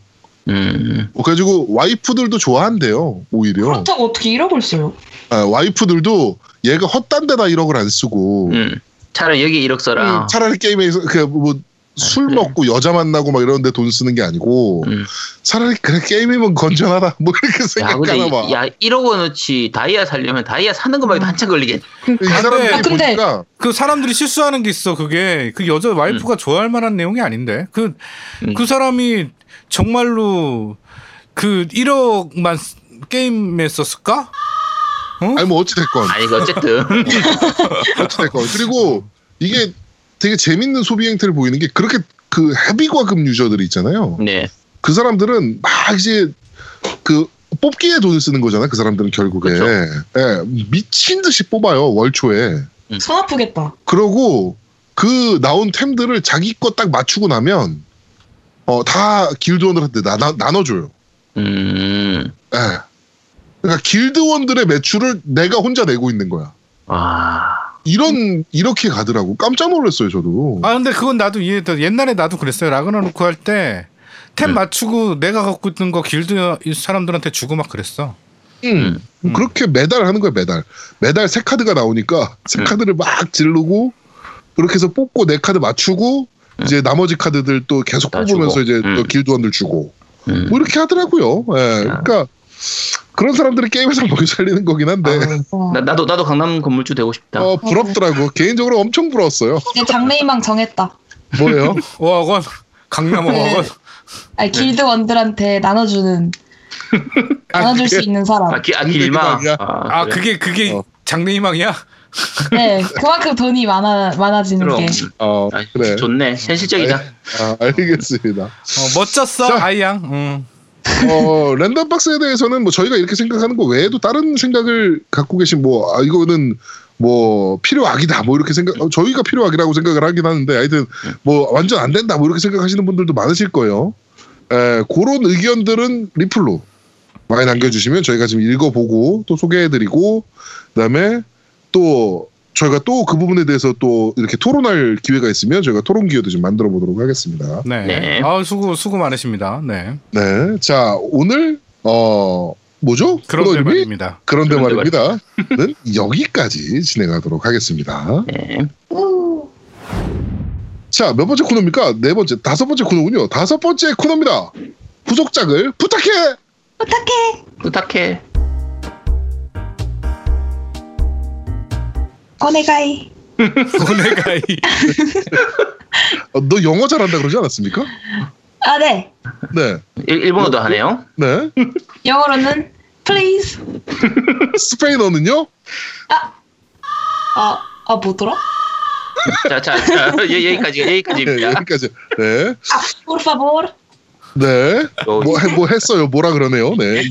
S2: 음.
S1: 뭐 그래가지고 와이프들도 좋아한대요. 오히려
S3: 그렇다고 어떻게 1억을 써요?
S1: 아, 와이프들도 얘가 헛단 데다 1억을 안 쓰고
S2: 음. 차라리 여기 1억 써라.
S3: 아.
S1: 음, 차라리 게임에서 그뭐술
S2: 네.
S1: 먹고 여자 만나고 막 이런데 돈 쓰는 게 아니고
S2: 음.
S1: 차라리 그래 게임이면 건전하다 [LAUGHS] 뭐 이렇게
S2: 야, 근데
S1: 생각하나
S2: 이-
S1: 봐.
S2: 야, 1억 원어치 다이아 살려면 다이아 사는 것만 해도
S3: 음.
S2: 한참 걸리겠.
S1: 이 사람들이
S4: 아,
S3: 근데-
S1: 보니까
S4: 그 사람들이 실수하는 게 있어. 그게 그 여자 와이프가 좋아할 만한 내용이 아닌데 그 그
S2: 음.
S4: 사람이 정말로 그 1억만 게임에 썼을까? 어?
S1: 아니 뭐 어찌 됐건
S2: 아니 그 어쨌든
S1: [LAUGHS] 어찌됐건 그리고 이게 되게 재밌는 소비 행태를 보이는 게 그렇게 그 헤비 과금 유저들이 있잖아요.
S2: 네.
S1: 그 사람들은 막 이제 그 뽑기에 돈을 쓰는 거잖아. 그 사람들은 결국에
S2: 그렇죠.
S1: 예, 미친 듯이 뽑아요 월 초에.
S3: 손 아프겠다.
S1: 그러고 그 나온 템들을 자기 거 딱 맞추고 나면 어 다 길드원들한테 나, 눠줘요
S2: 음.
S1: 예. 그러니까 길드원들의 매출을 내가 혼자 내고 있는 거야.
S2: 와.
S1: 이런 이렇게 가더라고. 깜짝 놀랐어요 저도.
S4: 아 근데 그건 나도 이해했다. 옛날에 나도 그랬어요. 라그나로크 할 때 템
S1: 네.
S2: 음.
S4: 맞추고 내가 갖고 있는 거 길드 사람들한테 주고 막 그랬어.
S1: 음.
S4: 음.
S1: 그렇게 매달 하는 거야 매달 매달 새 카드가 나오니까 새
S2: 음.
S1: 카드를 막 지르고 그렇게 해서 뽑고 내 카드 맞추고 이제 나머지 카드들 또 계속
S2: 음. 다
S1: 뽑으면서
S2: 주고.
S1: 이제 또
S2: 음.
S1: 길드원들 주고
S2: 음. 아.
S1: 뭐 이렇게 하더라고요. 예. 그러니까 그런 사람들이 게임에서 [LAUGHS] 먹여 살리는 거긴 한데
S3: 어.
S2: 나, 나도 나도 강남 건물주 되고 싶다.
S1: 어, 부럽더라고. 개인적으로 엄청 부러웠어요.
S3: 이제 장래희망 정했다. [LAUGHS]
S1: 뭐예요?
S4: 어학원 강남
S1: 네.
S4: 어학원
S3: 아니, 길드원들한테 나눠주는 나눠줄
S1: 예.
S3: 수 있는
S2: 네. 아,
S3: 사람.
S2: 기, 아
S1: 근데
S2: 길마.
S1: 그거 아니야?
S4: 아
S2: 그래.
S4: 그게 그게
S1: 어.
S4: 장래희망이야?
S3: 네, 그만큼 돈이 많아 많아지는 게.
S2: 그럼.
S1: 어,
S2: 아,
S1: 그래.
S2: 좋네. 현실적이다.
S1: 아, 알겠습니다.
S4: 어, 멋졌어
S1: 자.
S4: 아이양. 음.
S1: 어, 랜덤박스에 대해서는 뭐 저희가 이렇게 생각하는 거 외에도 다른 생각을 갖고 계신 뭐 아, 이거는 뭐 필요악이다 뭐 이렇게 생각 어, 저희가 필요악이라고 생각을 하긴 하는데 하여튼 뭐 완전 안 된다 뭐 이렇게 생각하시는 분들도 많으실 거예요. 에, 그런 의견들은 리플로 많이 남겨주시면 저희가 지금 읽어보고 또 소개해드리고 그다음에 또 저희가 또 그 부분에 대해서 또 이렇게 토론할 기회가 있으면 저희가 토론 기회도 좀 만들어 보도록 하겠습니다.
S4: 네.
S2: 네.
S4: 아 수고 수고 많으십니다. 네.
S1: 네, 자 오늘 어 뭐죠?
S4: 그런
S1: 코너 이름이?
S4: 말입니다. [LAUGHS]
S1: 그런데
S2: 그런데
S1: 말입니다. 는 여기까지 진행하도록 하겠습니다.
S2: 네.
S3: 우.
S1: 자, 몇 번째 코너입니까? 네 번째, 다섯 번째 코너군요. 다섯 번째 코너입니다. 후속작을 부탁해!
S3: 부탁해.
S2: 부탁해.
S3: 꺼내가이.
S4: 고뇌가 이
S1: 어, 너 영어 잘한다 그러지 않았습니까?
S3: 아 네.
S1: 네.
S2: 일, 일본어도 하네요.
S1: 네.
S3: 영어로는 please.
S1: 스페인어는요?
S3: 아, 아 뭐더라?
S2: 자, 자, [LAUGHS] 자. 예, 여기까지,
S1: 네,
S2: 여기까지입니다.
S1: 여기까지. 네.
S3: 아, Por favor.
S1: 네.
S2: 어,
S1: 뭐, 해- 뭐 했어요. 뭐라 그러네요. 네.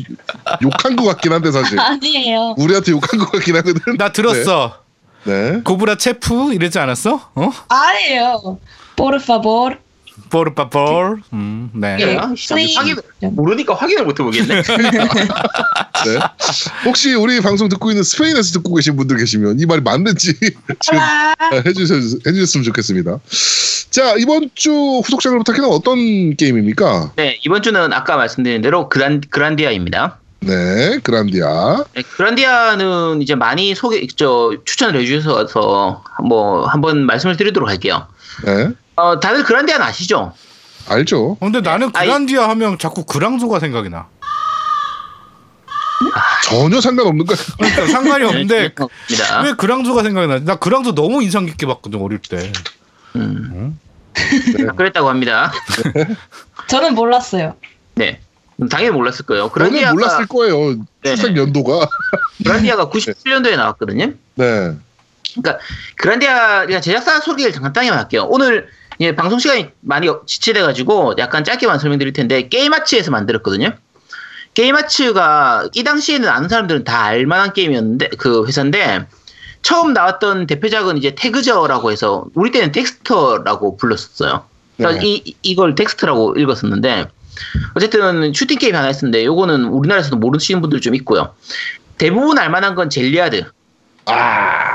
S1: 욕한 것 같긴 한데,
S2: 네.
S1: 사실.
S3: 아니에요.
S1: 우리한테 욕한 것 같긴 하거든.
S4: 나 들었어.
S1: 네.
S4: 고브라 체프 이러지 않았어? 어?
S3: 아니에요. Por favor.
S4: 보르빠볼. 음. 네.
S2: 예.
S3: please.
S2: 확인- 모르니까 확인을
S1: [LAUGHS]
S2: 못 해보겠네.
S1: 네. 혹시 우리 방송 듣고 있는 스페인에서 듣고 계신 분들 계시면 이 말이 맞는지 지금
S3: Hola.
S1: [LAUGHS]
S2: 아.
S1: 해주셨, 해주셨으면 좋겠습니다. 자 이번 주 후속작을 부탁해는 어떤 게임입니까?
S2: 네, 이번 주는 아까 말씀드린 대로 그란, 그란디아입니다.
S1: 네, 그란디아.
S2: 네, 그란디아는 이제 많이 소개, 저, 추천을 해주셔서 뭐, 한번 말씀을 드리도록 할게요.
S1: 네,
S2: 어, 다들 그란디아는 아시죠?
S1: 알죠.
S4: 어, 근데 나는
S2: 아이-
S4: 그란디아 하면 자꾸 그랑소가 생각이 나.
S1: 전혀 상관없는 거.
S4: 그러니까
S1: 네,
S4: 상관이 없는데
S2: 네, 그렇습니다.
S4: 왜 그랑소가 생각이 나지? 나 그랑소 너무 인상 깊게 봤거든 어릴 때.
S2: 음.
S1: 네.
S2: 아, 그랬다고 합니다.
S3: 저는 몰랐어요.
S2: 네. 당연히 몰랐을 거예요.
S1: 너는
S2: [LAUGHS] 그란디아가,
S1: 몰랐을 거예요.
S2: 네.
S1: 출생 연도가.
S2: 그란디아가 97년도에 나왔거든요.
S1: 네,
S2: 그란디아 그냥 제작사 소개를 간단히만 할게요. 오늘 예, 방송 시간이 많이 어- 지체돼가지고 약간 짧게만 설명드릴 텐데 게임아츠에서 만들었거든요. 게임아츠가 이 당시에는 아는 사람들은 다 알만한 게임이었는데 그 회사인데 처음 나왔던 대표작은 이제 태그저라고 해서 우리 때는 텍스터라고 불렀었어요. 그래서
S1: 네.
S2: 이- 이 이걸 텍스트라고 읽었었는데 어쨌든 슈팅 게임 하나 했었는데 요거는 우리나라에서도 모르시는 분들 좀 있고요. 대부분 알만한 건 젤리아드.
S1: 아,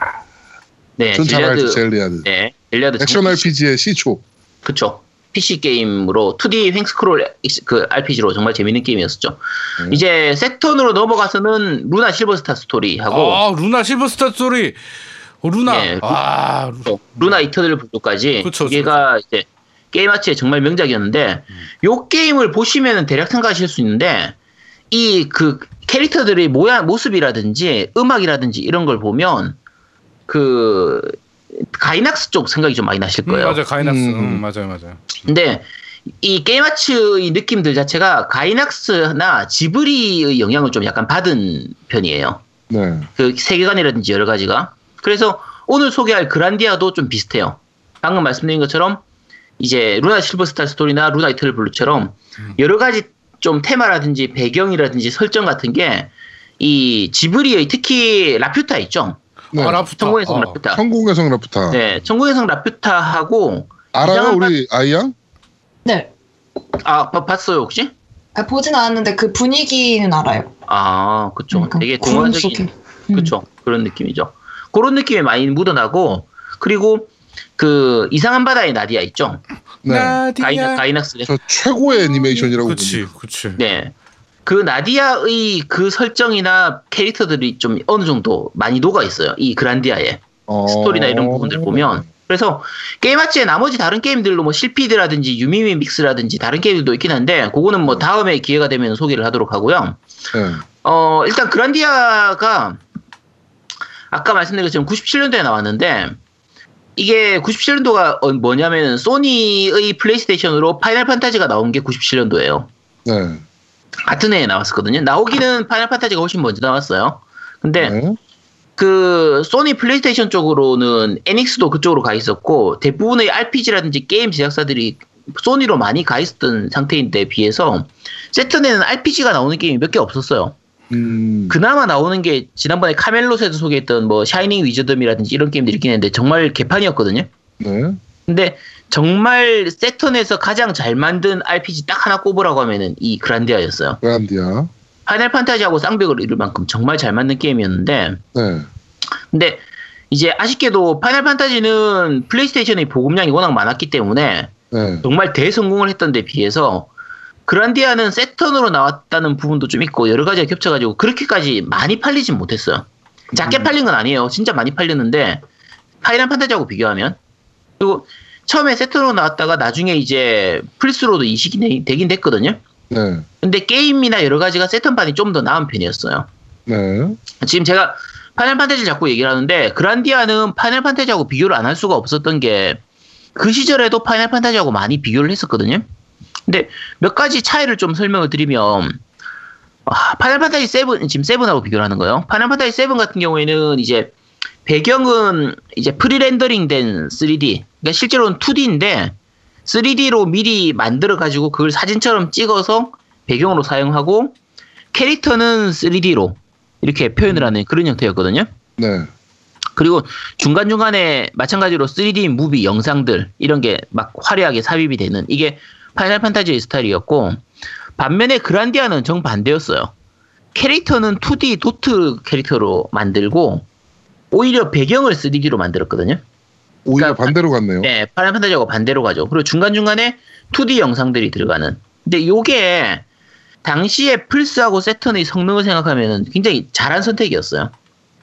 S2: 네,
S1: 전 잘 알죠.
S2: 젤리아드.
S1: 젤리아드.
S2: 네, 젤리아드
S1: 액션
S2: 정말
S1: RPG의 시초.
S2: 그쵸. PC 게임으로 2D 횡스크롤 엑스- 그 RPG로 정말 재밌는 게임이었었죠.
S1: 음.
S2: 이제 세턴으로 넘어가서는 루나 실버스타 스토리하고
S4: 아 루나 실버스타 소리. 어, 루나.
S2: 예.
S4: 아 루-
S2: 또 루나 이터널 블루까지
S4: 그렇죠, 그쵸,
S2: 얘가 이제 게임 아치의 정말 명작이었는데 요 게임을 보시면 대략 생각하실 수 있는데 이 그 캐릭터들의 모양 모습이라든지 음악이라든지 이런 걸 보면 그 가이낙스 쪽 생각이 좀 많이 나실
S4: 음,
S2: 거예요.
S4: 맞아 가이낙스.
S1: 음.
S4: 음, 맞아요 맞아요.
S2: 근데 이 게임아츠의 느낌들 자체가 가이낙스나 지브리의 영향을 좀 약간 받은 편이에요.
S1: 네,
S2: 그 세계관이라든지 여러 가지가. 그래서 오늘 소개할 그란디아도 좀 비슷해요. 방금 말씀드린 것처럼 이제 루나 실버스타 스토리나 루나 이틀 블루처럼
S4: 음.
S2: 여러 가지 좀 테마라든지 배경이라든지 설정 같은 게 이 지브리의 특히 라퓨타 있죠.
S1: 네.
S4: 아 라프타.
S2: 천공의 성
S4: 아.
S2: 라퓨타.
S1: 성공의 성 라프타.
S2: 네, 천공의 성 라퓨타하고
S1: 알아요,
S2: 이상한
S1: 우리 아이양?
S3: 네.
S2: 아 봐- 봤어요 혹시?
S3: 아, 보진 않았는데 그 분위기는 알아요.
S2: 아, 그쵸.
S3: 그러니까
S2: 되게
S3: 구름
S2: 동화적인,
S3: 속에. 음.
S2: 그쵸. 그런 느낌이죠. 그런 느낌이 많이 묻어나고, 그리고 그 이상한 바다의 나디아 있죠.
S1: 네.
S2: 가이나,
S4: 나디아.
S2: 가이낙스.
S1: 저 최고의 애니메이션이라고
S4: 그치
S1: 봅니다.
S4: 그치.
S2: 네. 그 나디아의 그 설정이나 캐릭터들이 좀 어느 정도 많이 녹아 있어요. 이 그란디아의
S1: 어...
S2: 스토리나 이런 부분들 보면. 그래서 게임 학지의 나머지 다른 게임들로 뭐 실피드라든지 유미미 믹스라든지 다른 게임들도 있긴 한데 그거는 뭐 다음에 기회가 되면 소개를 하도록 하고요.
S1: 예.
S2: 어, 일단 그란디아가 아까 말씀드린 것처럼 97년도에 나왔는데 이게 97년도가 어, 뭐냐면 소니의 플레이스테이션으로 파이널 판타지가 나온 게 97년도예요.
S1: 네.
S2: 같은 해에 나왔었거든요. 나오기는 파이널 판타지가 훨씬 먼저 나왔어요. 근데
S1: 네.
S2: 그 소니 플레이스테이션 쪽으로는 에닉스도 그쪽으로 가 있었고 대부분의 RPG라든지 게임 제작사들이 소니로 많이 가 있었던 상태인데 비해서 세턴에는 RPG가 나오는 게임이 몇 개 없었어요.
S1: 음.
S2: 그나마 나오는 게 지난번에 카멜롯에서 소개했던 뭐 샤이닝 위저덤이라든지 이런 게임들이 있긴 했는데 정말 개판이었거든요.
S1: 네.
S2: 근데 정말 세턴에서 가장 잘 만든 RPG 딱 하나 꼽으라고 하면은 이 그란디아였어요.
S1: 그란디아.
S2: 파이널 판타지하고 쌍벽을 이룰 만큼 정말 잘 만든 게임이었는데
S1: 네.
S2: 근데 이제 아쉽게도 파이널 판타지는 플레이스테이션의 보급량이 워낙 많았기 때문에
S1: 네.
S2: 정말 대성공을 했던 데 비해서 그란디아는 세턴으로 나왔다는 부분도 좀 있고 여러 가지가 겹쳐가지고 그렇게까지 많이 팔리진 못했어요. 작게 팔린 건 아니에요. 진짜 많이 팔렸는데 파이널 판타지하고 비교하면 그리고 처음에 세턴으로 나왔다가 나중에 이제 플스로도 이식이 되- 되긴 됐거든요.
S1: 네.
S2: 근데 게임이나 여러 가지가 세턴판이 좀 더 나은 편이었어요.
S1: 네.
S2: 지금 제가 파넬 판타지를 자꾸 얘기를 하는데 그란디아는 파넬 판타지하고 비교를 안 할 수가 없었던 게 그 시절에도 파넬 판타지하고 많이 비교를 했었거든요. 근데 몇 가지 차이를 좀 설명을 드리면 아, 파넬 판타지 7 지금 7하고 비교를 하는 거예요. 파넬 판타지 7 같은 경우에는 이제 배경은 이제 프리렌더링된 3D. 그러니까 실제로는 2D인데 3D로 미리 만들어 가지고 그걸 사진처럼 찍어서 배경으로 사용하고 캐릭터는 3D로 이렇게 표현을 하는 그런 형태였거든요.
S1: 네.
S2: 그리고 중간중간에 마찬가지로 3D 무비 영상들 이런 게 막 화려하게 삽입이 되는 이게 파이널 판타지의 스타일이었고 반면에 그란디아는 정반대였어요. 캐릭터는 2D 도트 캐릭터로 만들고 오히려 배경을 3D로 만들었거든요.
S1: 오히려
S2: 그러니까
S1: 반대로 갔네요.
S2: 네, 파이널 판타지하고 반대로 가죠. 그리고 중간중간에 2D 영상들이 들어가는. 근데 요게 당시에 플스하고 세턴의 성능을 생각하면 굉장히 잘한 선택이었어요.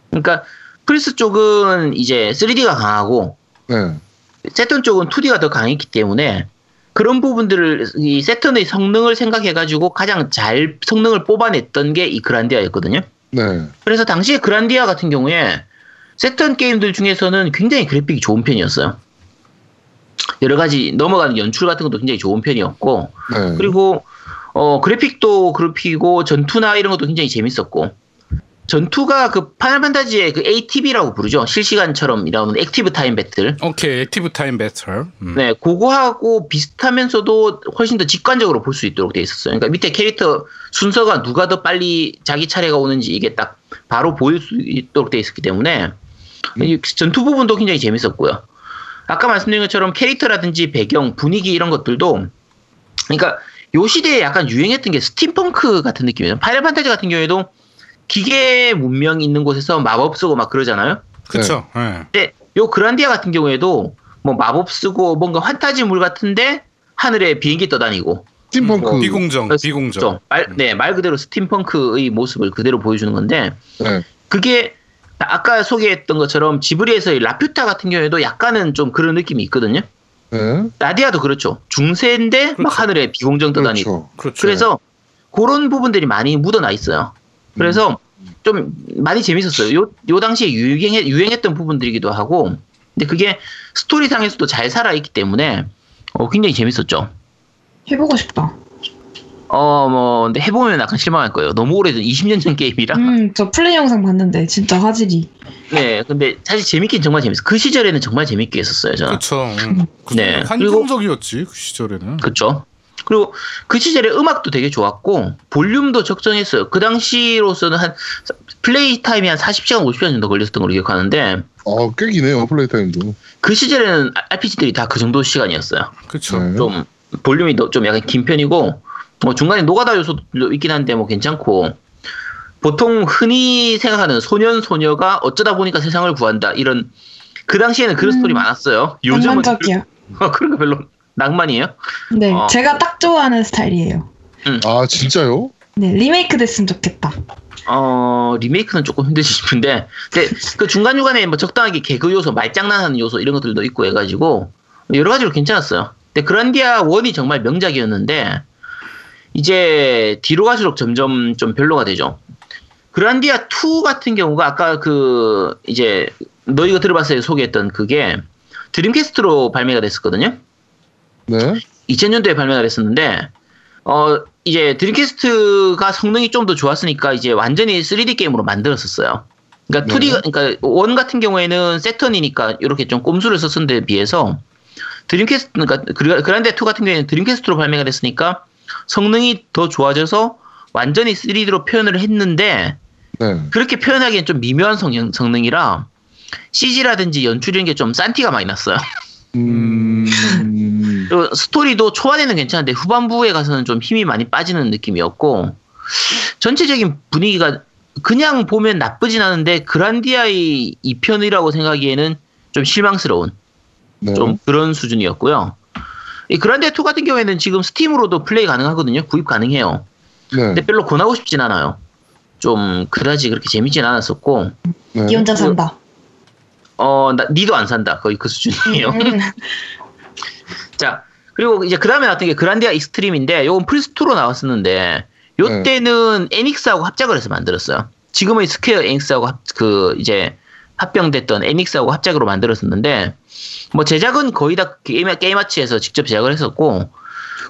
S2: 그러니까 플스 쪽은 이제 3D가 강하고
S1: 네.
S2: 세턴 쪽은 2D가 더 강했기 때문에 그런 부분들을 이 세턴의 성능을 생각해가지고 가장 잘 성능을 뽑아냈던 게 이 그란디아였거든요.
S1: 네.
S2: 그래서 당시에 그란디아 같은 경우에 세턴 게임들 중에서는 굉장히 그래픽이 좋은 편이었어요. 여러 가지 넘어가는 연출 같은 것도 굉장히 좋은 편이었고
S1: 네.
S2: 그리고 어 그래픽도 그래픽이고 전투나 이런 것도 굉장히 재밌었고 전투가 그 파이널 판타지의 그 ATB라고 부르죠 실시간처럼 이라는 액티브 타임 배틀
S4: 오케이 액티브 타임 배틀. 음.
S2: 네, 그거하고 비슷하면서도 훨씬 더 직관적으로 볼 수 있도록 돼 있었어요. 그러니까 밑에 캐릭터 순서가 누가 더 빨리 자기 차례가 오는지 이게 딱 바로 보일 수 있도록 돼 있었기 때문에 이 전투 부분도 굉장히 재밌었고요. 아까 말씀드린 것처럼 캐릭터라든지 배경, 분위기 이런 것들도 그러니까 요 시대에 약간 유행했던 게 스팀펑크 같은 느낌이에요. 파이널 판타지 같은 경우에도 기계 문명이 있는 곳에서 마법 쓰고 막 그러잖아요.
S4: 그쵸. 예.
S2: 근데 네, 요 그란디아 같은 경우에도 뭐 마법 쓰고 뭔가 환타지물 같은데 하늘에 비행기 떠다니고
S1: 스팀펑크.
S2: 음.
S4: 뭐, 비공정,
S2: 그래서
S4: 비공정.
S2: 좀 말, 네, 말 그대로 스팀펑크의 모습을 그대로 보여주는 건데
S1: 네.
S2: 그게 아까 소개했던 것처럼 지브리에서의 라퓨타 같은 경우에도 약간은 좀 그런 느낌이 있거든요.
S1: 네.
S2: 라디아도 그렇죠. 중세인데 막 하늘에 비공정 떠다니고
S1: 그렇죠.
S4: 그렇죠.
S2: 그래서 그런 부분들이 많이 묻어나 있어요. 그래서 좀 많이 재밌었어요. 요, 요 당시에 유행해, 유행했던 부분들이기도 하고, 근데 그게 스토리상에서도 잘 살아있기 때문에 어, 굉장히 재밌었죠.
S3: 해보고 싶다.
S2: 어, 뭐, 근데 해보면 약간 실망할 거예요. 너무 오래된 20년 전 게임이라.
S3: 음, 저 플레이 영상 봤는데 진짜 화질이.
S2: 네, 근데 사실 재밌긴 정말 재밌어요. 그 시절에는 정말 재밌게 했었어요, 저는.
S4: 그쵸. 음. 그
S2: 네,
S4: 환상적이었지 그 시절에는.
S2: 그쵸. 그리고 그 시절에 음악도 되게 좋았고, 볼륨도 적정했어요. 그 당시로서는 한, 플레이 타임이 한 40시간, 50시간 정도 걸렸던 걸로 기억하는데,
S1: 어, 꽤 기네요. 플레이 타임도.
S2: 그 시절에는 RPG들이 다 그 정도 시간이었어요.
S4: 그쵸.
S1: 네.
S2: 좀 볼륨이 너- 좀 약간 긴 편이고 뭐 중간에 노가다 요소도 있긴 한데 뭐 괜찮고 보통 흔히 생각하는 소년 소녀가 어쩌다 보니까 세상을 구한다 이런 그 당시에는 그런
S3: 음.
S2: 스토리 많았어요. 요즘은
S3: 낭만적이야.
S2: [LAUGHS] 그- 그런 거 별로 낭만이에요.
S3: 네,
S2: 어.
S3: 제가 딱 좋아하는 스타일이에요.
S1: 아 진짜요?
S3: 네, 리메이크 됐으면 좋겠다.
S2: 어, 리메이크는 조금 힘들지 싶은데, 근데 그 중간중간에 뭐 적당하게 개그 요소, 말장난하는 요소 이런 것들도 있고 해가지고, 여러 가지로 괜찮았어요. 근데 그란디아 1이 정말 명작이었는데, 이제 뒤로 갈수록 점점 좀 별로가 되죠. 그란디아 2 같은 경우가 아까 그, 이제, 너희가 들어봤을 때 소개했던 그게 드림캐스트로 발매가 됐었거든요.
S1: 네.
S2: 2000년도에 발매가 됐었는데 어 이제 드림캐스트가 성능이 좀 더 좋았으니까 이제 완전히 3D 게임으로 만들었었어요. 그러니까 2D 가- 그러니까 원 같은 경우에는 세턴이니까 이렇게 좀 꼼수를 썼은 데 비해서 드림캐스트 그러니까 그라- 그란데 2 같은 경우에는 드림캐스트로 발매가 됐으니까 성능이 더 좋아져서 완전히 3D로 표현을 했는데
S1: 네.
S2: 그렇게 표현하기엔 좀 미묘한 성형, 성능이라 CG라든지 연출 이런 게 좀 싼티가 많이 났어요.
S1: 음.
S2: 그리고 스토리도 초반에는 괜찮은데 후반부에 가서는 좀 힘이 많이 빠지는 느낌이었고 전체적인 분위기가 그냥 보면 나쁘진 않은데 그란디아의 2편이라고 생각하기에는 좀 실망스러운
S1: 네.
S2: 좀 그런 수준이었고요. 이 그란디아 2 같은 경우에는 지금 스팀으로도 플레이 가능하거든요. 구입 가능해요.
S1: 네.
S2: 근데 별로 권하고 싶진 않아요. 좀 그다지 그렇게 재밌진 않았었고
S1: 네.
S3: 이 혼자 산다.
S2: 어 나- 니도 안 산다 거의
S1: [LAUGHS]
S2: 그 수준이에요. [LAUGHS]
S3: 음.
S2: 자, 그리고 이제 그 다음에 나왔던 게 그란디아 익스트림인데, 요건 플스2로 나왔었는데,
S1: 네.
S2: 요 때는 애닉스하고 합작을 해서 만들었어요. 지금의 스퀘어 애닉스하고 합, 그, 이제, 합병됐던 애닉스하고 합작으로 만들었었는데, 뭐 제작은 거의 다 게임, 게임아치에서 직접 제작을 했었고,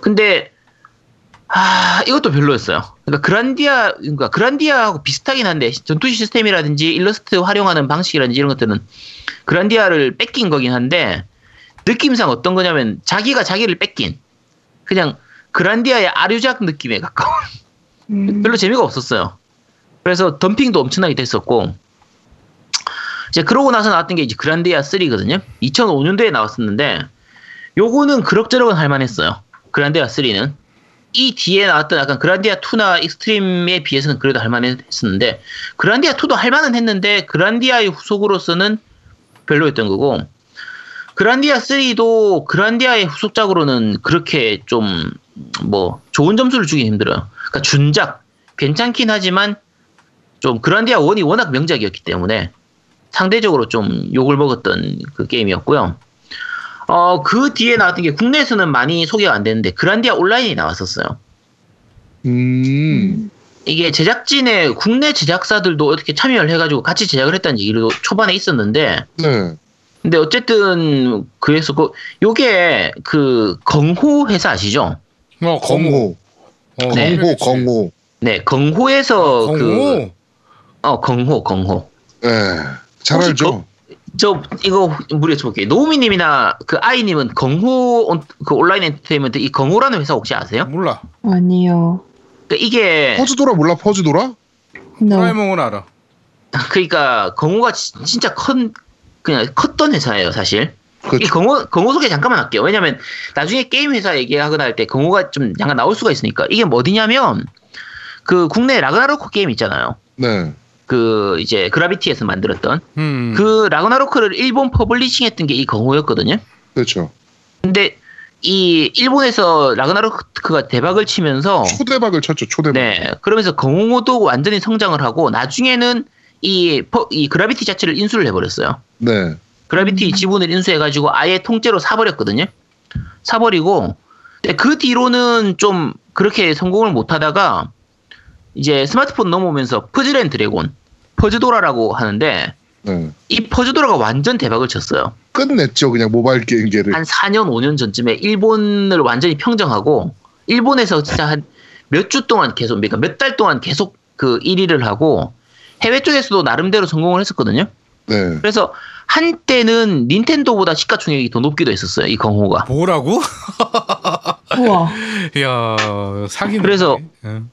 S2: 근데, 아, 이것도 별로였어요. 그러니까 그란디아, 그러니까 그란디아하고 비슷하긴 한데, 전투 시스템이라든지 일러스트 활용하는 방식이라든지 이런 것들은 그란디아를 뺏긴 거긴 한데, 느낌상 어떤 거냐면 자기가 자기를 뺏긴 그냥 그란디아의 아류작 느낌에 가까운
S3: 음.
S2: 별로 재미가 없었어요. 그래서 덤핑도 엄청나게 됐었고 이제 그러고 나서 나왔던 게 이제 그란디아 3거든요. 2005년도에 나왔었는데 요거는 그럭저럭은 할만했어요. 그란디아 3는 이 뒤에 나왔던 약간 그란디아 2나 익스트림에 비해서는 그래도 할만했었는데 그란디아 2도 할만은 했는데 그란디아의 후속으로서는 별로였던 거고 그란디아 3도 그란디아의 후속작으로는 그렇게 좀 뭐 좋은 점수를 주기 힘들어요. 그러니까 준작 괜찮긴 하지만 좀 그란디아 1이 워낙 명작이었기 때문에 상대적으로 좀 욕을 먹었던 그 게임이었고요. 어, 그 뒤에 나왔던 게 국내에서는 많이 소개가 안 됐는데 그란디아 온라인이 나왔었어요.
S1: 음.
S2: 이게 제작진의 국내 제작사들도 어떻게 참여를 해가지고 같이 제작을 했다는 얘기도 초반에 있었는데
S1: 네.
S2: 근데 어쨌든 그래서 그 요게 그 건호 회사 아시죠?
S1: 네.
S4: 어, 검호.
S1: 건호.
S4: 어,
S2: 네.
S1: 건호. 건호.
S2: 네, 건호에서 그
S4: 검호.
S2: 어, 건호 건호.
S1: 예. 잘
S2: 혹시
S1: 알죠.
S2: 저 이거 무리해 볼게요. 노우미님이나 그 아이님은 건호 온- 그 온라인 엔터테인먼트 이 건호라는 회사 혹시 아세요?
S4: 몰라.
S3: 음. 아니요.
S2: 그러니까 이게
S1: 퍼즈도라 몰라 퍼즈도라?
S2: 네.
S3: No.
S4: 프라이몽은 알아.
S2: 그러니까 건호가 지- 진짜 큰 그냥 컸던 회사예요 사실. 이
S1: 그렇죠.
S2: 건호 건호 소개 잠깐만 할게요. 왜냐면 나중에 게임 회사 얘기하거나 할 때 건호가 좀 잠깐 나올 수가 있으니까 이게 뭐 어디냐면 그 국내 라그나로크 게임 있잖아요.
S1: 네.
S2: 그 이제 그라비티에서 만들었던
S4: 음.
S2: 그 라그나로크를 일본 퍼블리싱했던 게 이 건호였거든요.
S1: 그렇죠.
S2: 근데 이 일본에서 라그나로크가 대박을 치면서
S1: 초대박을 쳤죠. 초대박.
S2: 어. 네 그러면서 건호도 완전히 성장을 하고 나중에는 이, 퍼- 이 그라비티 자체를 인수를 해버렸어요.
S1: 네.
S2: 그라비티 지분을 인수해가지고 아예 통째로 사버렸거든요. 사버리고 근데 그 뒤로는 좀 그렇게 성공을 못하다가 이제 스마트폰 넘어오면서 퍼즐앤 드래곤 퍼즈도라라고 하는데
S1: 네.
S2: 이 퍼즈도라가 완전 대박을 쳤어요.
S1: 끝냈죠. 그냥 모바일 게임계를.
S2: 한 4년, 5년 전쯤에 일본을 완전히 평정하고, 일본에서 진짜 한 몇 주 동안 계속, 그러니까 몇 달 동안 계속 그 1위를 하고, 해외 쪽에서도 나름대로 성공을 했었거든요.
S1: 네.
S2: 그래서 한때는 닌텐도보다 시가총액이 더 높기도 했었어요, 이 건호가.
S4: 뭐라고?
S3: 우와.
S4: 야, 사기네.
S2: 그래서-
S4: 응.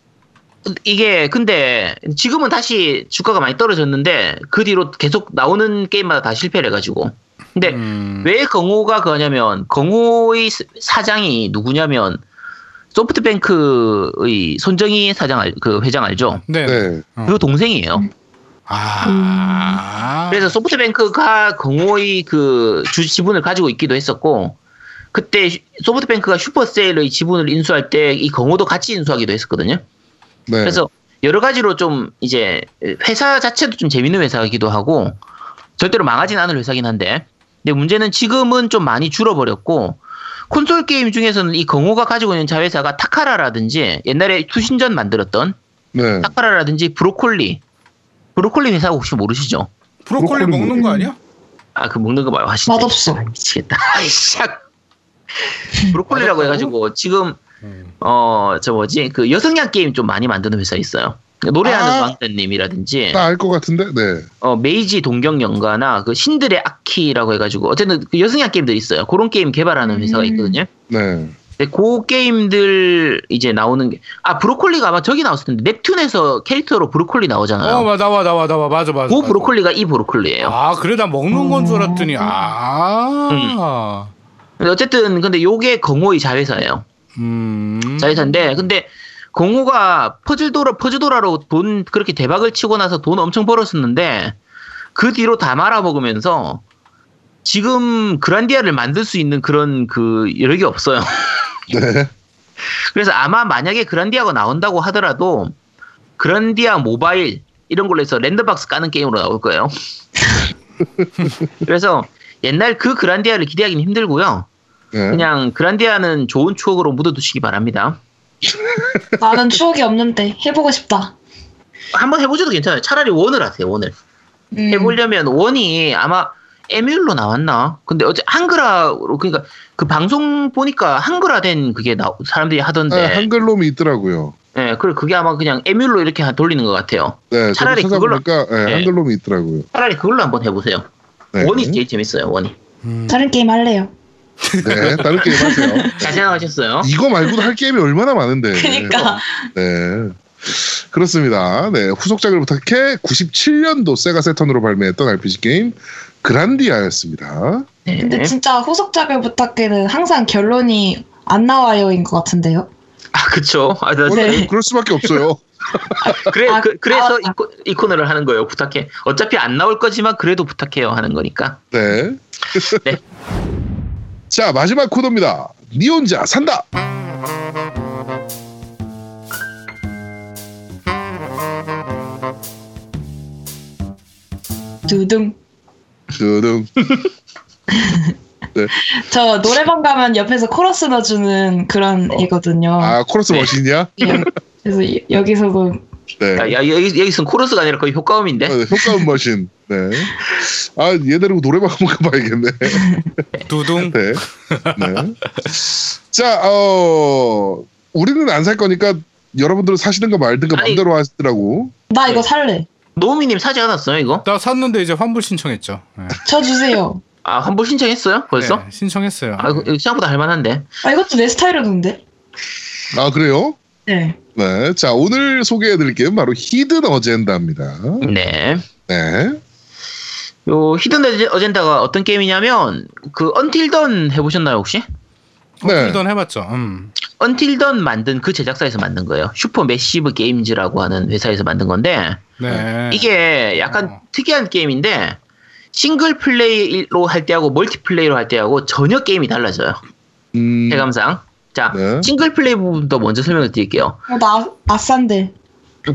S2: 이게, 근데 지금은 다시 주가가 많이 떨어졌는데, 그 뒤로 계속 나오는 게임마다 다 실패를 해가지고. 근데
S4: 음.
S2: 왜 건호가 그러냐면 건호의 스- 사장이 누구냐면 소프트뱅크의 손정희 사장 알- 그 회장 알죠?
S4: 네.
S1: 네.
S2: 그 동생이에요.
S4: 아.
S2: 그래서 소프트뱅크가 건호의 그 주 지분을 가지고 있기도 했었고 그때 슈- 소프트뱅크가 슈퍼셀의 지분을 인수할 때 이 건호도 같이 인수하기도 했었거든요.
S1: 네.
S2: 그래서 여러 가지로 좀 이제 회사 자체도 좀 재밌는 회사이기도 하고 절대로 망하진 않을 회사긴 한데 근데 문제는 지금은 좀 많이 줄어버렸고 콘솔 게임 중에서는 이 경호가 가지고 있는 자회사가 타카라라든지 옛날에 투신전 만들었던
S1: 네.
S2: 타카라라든지 브로콜리 브로콜리 회사 혹시 모르시죠?
S4: 브로콜리
S1: 브로콜리
S4: 먹는 거 아니야?
S2: 아 그 먹는 거 말고 하시죠.
S3: 맛없어.
S2: 미치겠다. [LAUGHS] 아이씨. 브로콜리라고
S4: 맛없다고?
S2: 해가지고 지금
S4: 음.
S2: 어 저 뭐지 그 여성향 게임 좀 많이 만드는 회사 있어요. 노래하는
S1: 아.
S2: 왕자님이라든지
S1: 나 알 것 같은데. 네.
S2: 어, 메이지 동경 연가나 그 신들의 아키라고 해가지고 어쨌든 그 여성향 게임들 있어요. 그런 게임 개발하는 회사가
S3: 음.
S2: 있거든요.
S1: 네.
S2: 근데 그 게임들 이제 나오는 게 아 브로콜리가 아마 저기 나왔을 텐데 넵튠에서 캐릭터로 브로콜리 나오잖아요.
S4: 어, 맞아, 나와, 나와, 나와, 맞아, 맞아.
S2: 그
S4: 맞아.
S2: 브로콜리가 이 브로콜리예요.
S4: 아, 그래, 나 먹는 건 줄
S3: 음.
S4: 알았더니, 아.
S2: 근데 어쨌든 근데 요게 공호의 자회사예요.
S4: 음.
S2: 자회사인데 근데 공호가 퍼즐도라 퍼즈도라로 돈 그렇게 대박을 치고 나서 돈 엄청 벌었었는데 그 뒤로 다 말아먹으면서 지금 그란디아를 만들 수 있는 그런 그 여력이 없어요. [LAUGHS]
S1: 네.
S2: 그래서 아마 만약에 그란디아가 나온다고 하더라도 그란디아 모바일 이런 걸로 해서 랜드박스 까는 게임으로 나올 거예요. [LAUGHS] 그래서 옛날 그 그란디아를 기대하기는 힘들고요.
S1: 네.
S2: 그냥 그란디아는 좋은 추억으로 묻어두시기 바랍니다.
S3: 나는 추억이 없는데 해보고 싶다.
S2: 한번 해보셔도 괜찮아요. 차라리 원을 하세요. 원을
S3: 음.
S2: 해보려면 원이 아마 에뮬로 나왔나? 근데 어제 한글화로 그러니까 그 방송 보니까 한글화된 그게 나 사람들이 하던데.
S3: 네,
S1: 아, 한글놈이 있더라고요.
S2: 예, 그래 그게 아마 그냥 에뮬로 이렇게 하- 돌리는 것 같아요.
S1: 네. 차라리
S2: 차라리 그걸로-
S1: 찾아보니까 네,
S2: 네.
S1: 한글놈이 있더라고요.
S2: 차라리 그걸로 한번 해보세요.
S1: 네.
S2: 원이 제일 재밌어요. 원이.
S4: 음.
S3: 다른 게임 할래요.
S1: 네. 다른 게임 하세요.
S2: 잘 [LAUGHS] 생각하셨어요. 그러니까.
S1: 이거 말고도 할 게임이 얼마나 많은데.
S3: 그니까
S1: 네. 그렇습니다. 네. 후속작을 부탁해 97년도 세가 세턴으로 발매했던 RPG 게임 그란디아였습니다.
S2: 네.
S3: 근데 진짜 후속작을 부탁해는 항상 결론이 안 나와요인 것 같은데요.
S2: 아 그쵸. 아, 나-
S1: 원래
S3: 네.
S1: 그럴 수밖에
S2: [LAUGHS]
S1: 없어요.
S2: 그래
S3: 아,
S2: 그, 래서
S3: 아, 아.
S2: 이, 코너를 하는 거예요. 부탁해. 어차피 안 나올 거지만 그래도 부탁해요 하는 거니까.
S1: 네.
S2: 네.
S1: [LAUGHS] 자 마지막 코너입니다. 니 혼자 산다.
S3: 두둥.
S1: 드릉.
S3: 저 노래방 가면 옆에서 코러스 넣어주는 그런
S1: 어.
S3: 애거든요.
S1: 아 코러스
S2: 네.
S1: 머신이야?
S3: 예. 그래서 여- 여기서도
S1: 네.
S2: 야, 야, 여기 여기서는 코러스가 아니라 거의 효과음인데.
S1: 아, 네, 효과음 머신. 네. 아 얘네들 노래방 한번 가봐야겠네.
S4: 두둥.
S1: 네. 네. 자, 어, 우리는 안 살 거니까 여러분들은 사시든가 말든가
S2: 아니.
S1: 마음대로 하시더라고.
S3: 나 이거 살래.
S2: 노우미님 사지 않았어요 이거?
S4: 나 샀는데 이제 환불 신청했죠. 네.
S3: 저 주세요.
S2: 아 환불 신청했어요 벌써?
S4: 네, 신청했어요.
S2: 아 이거 생각보다 할만한데.
S3: 아 이것도 내 스타일이던데.
S1: 아, 그래요?
S3: 네.
S1: 네. 자, 오늘 소개해드릴 게임 바로 히든 어젠다입니다.
S2: 네.
S1: 네.
S2: 요 히든 어제- 어젠다가 어떤 게임이냐면 그 언틸던 해보셨나요 혹시?
S1: 네.
S4: 일단 해봤죠. 음.
S2: 언틸던 만든 그 제작사에서 만든 거예요. 슈퍼 매시브 게임즈라고 하는 회사에서 만든 건데
S4: 네.
S2: 음. 이게 약간
S4: 어.
S2: 특이한 게임인데 싱글 플레이로 할 때하고 멀티 플레이로 할 때하고 전혀 게임이 달라져요.
S1: 음,
S2: 체감상. 자,
S1: 네.
S2: 싱글 플레이 부분부터 먼저 설명을 드릴게요.
S3: 어, 나 아- 아싼데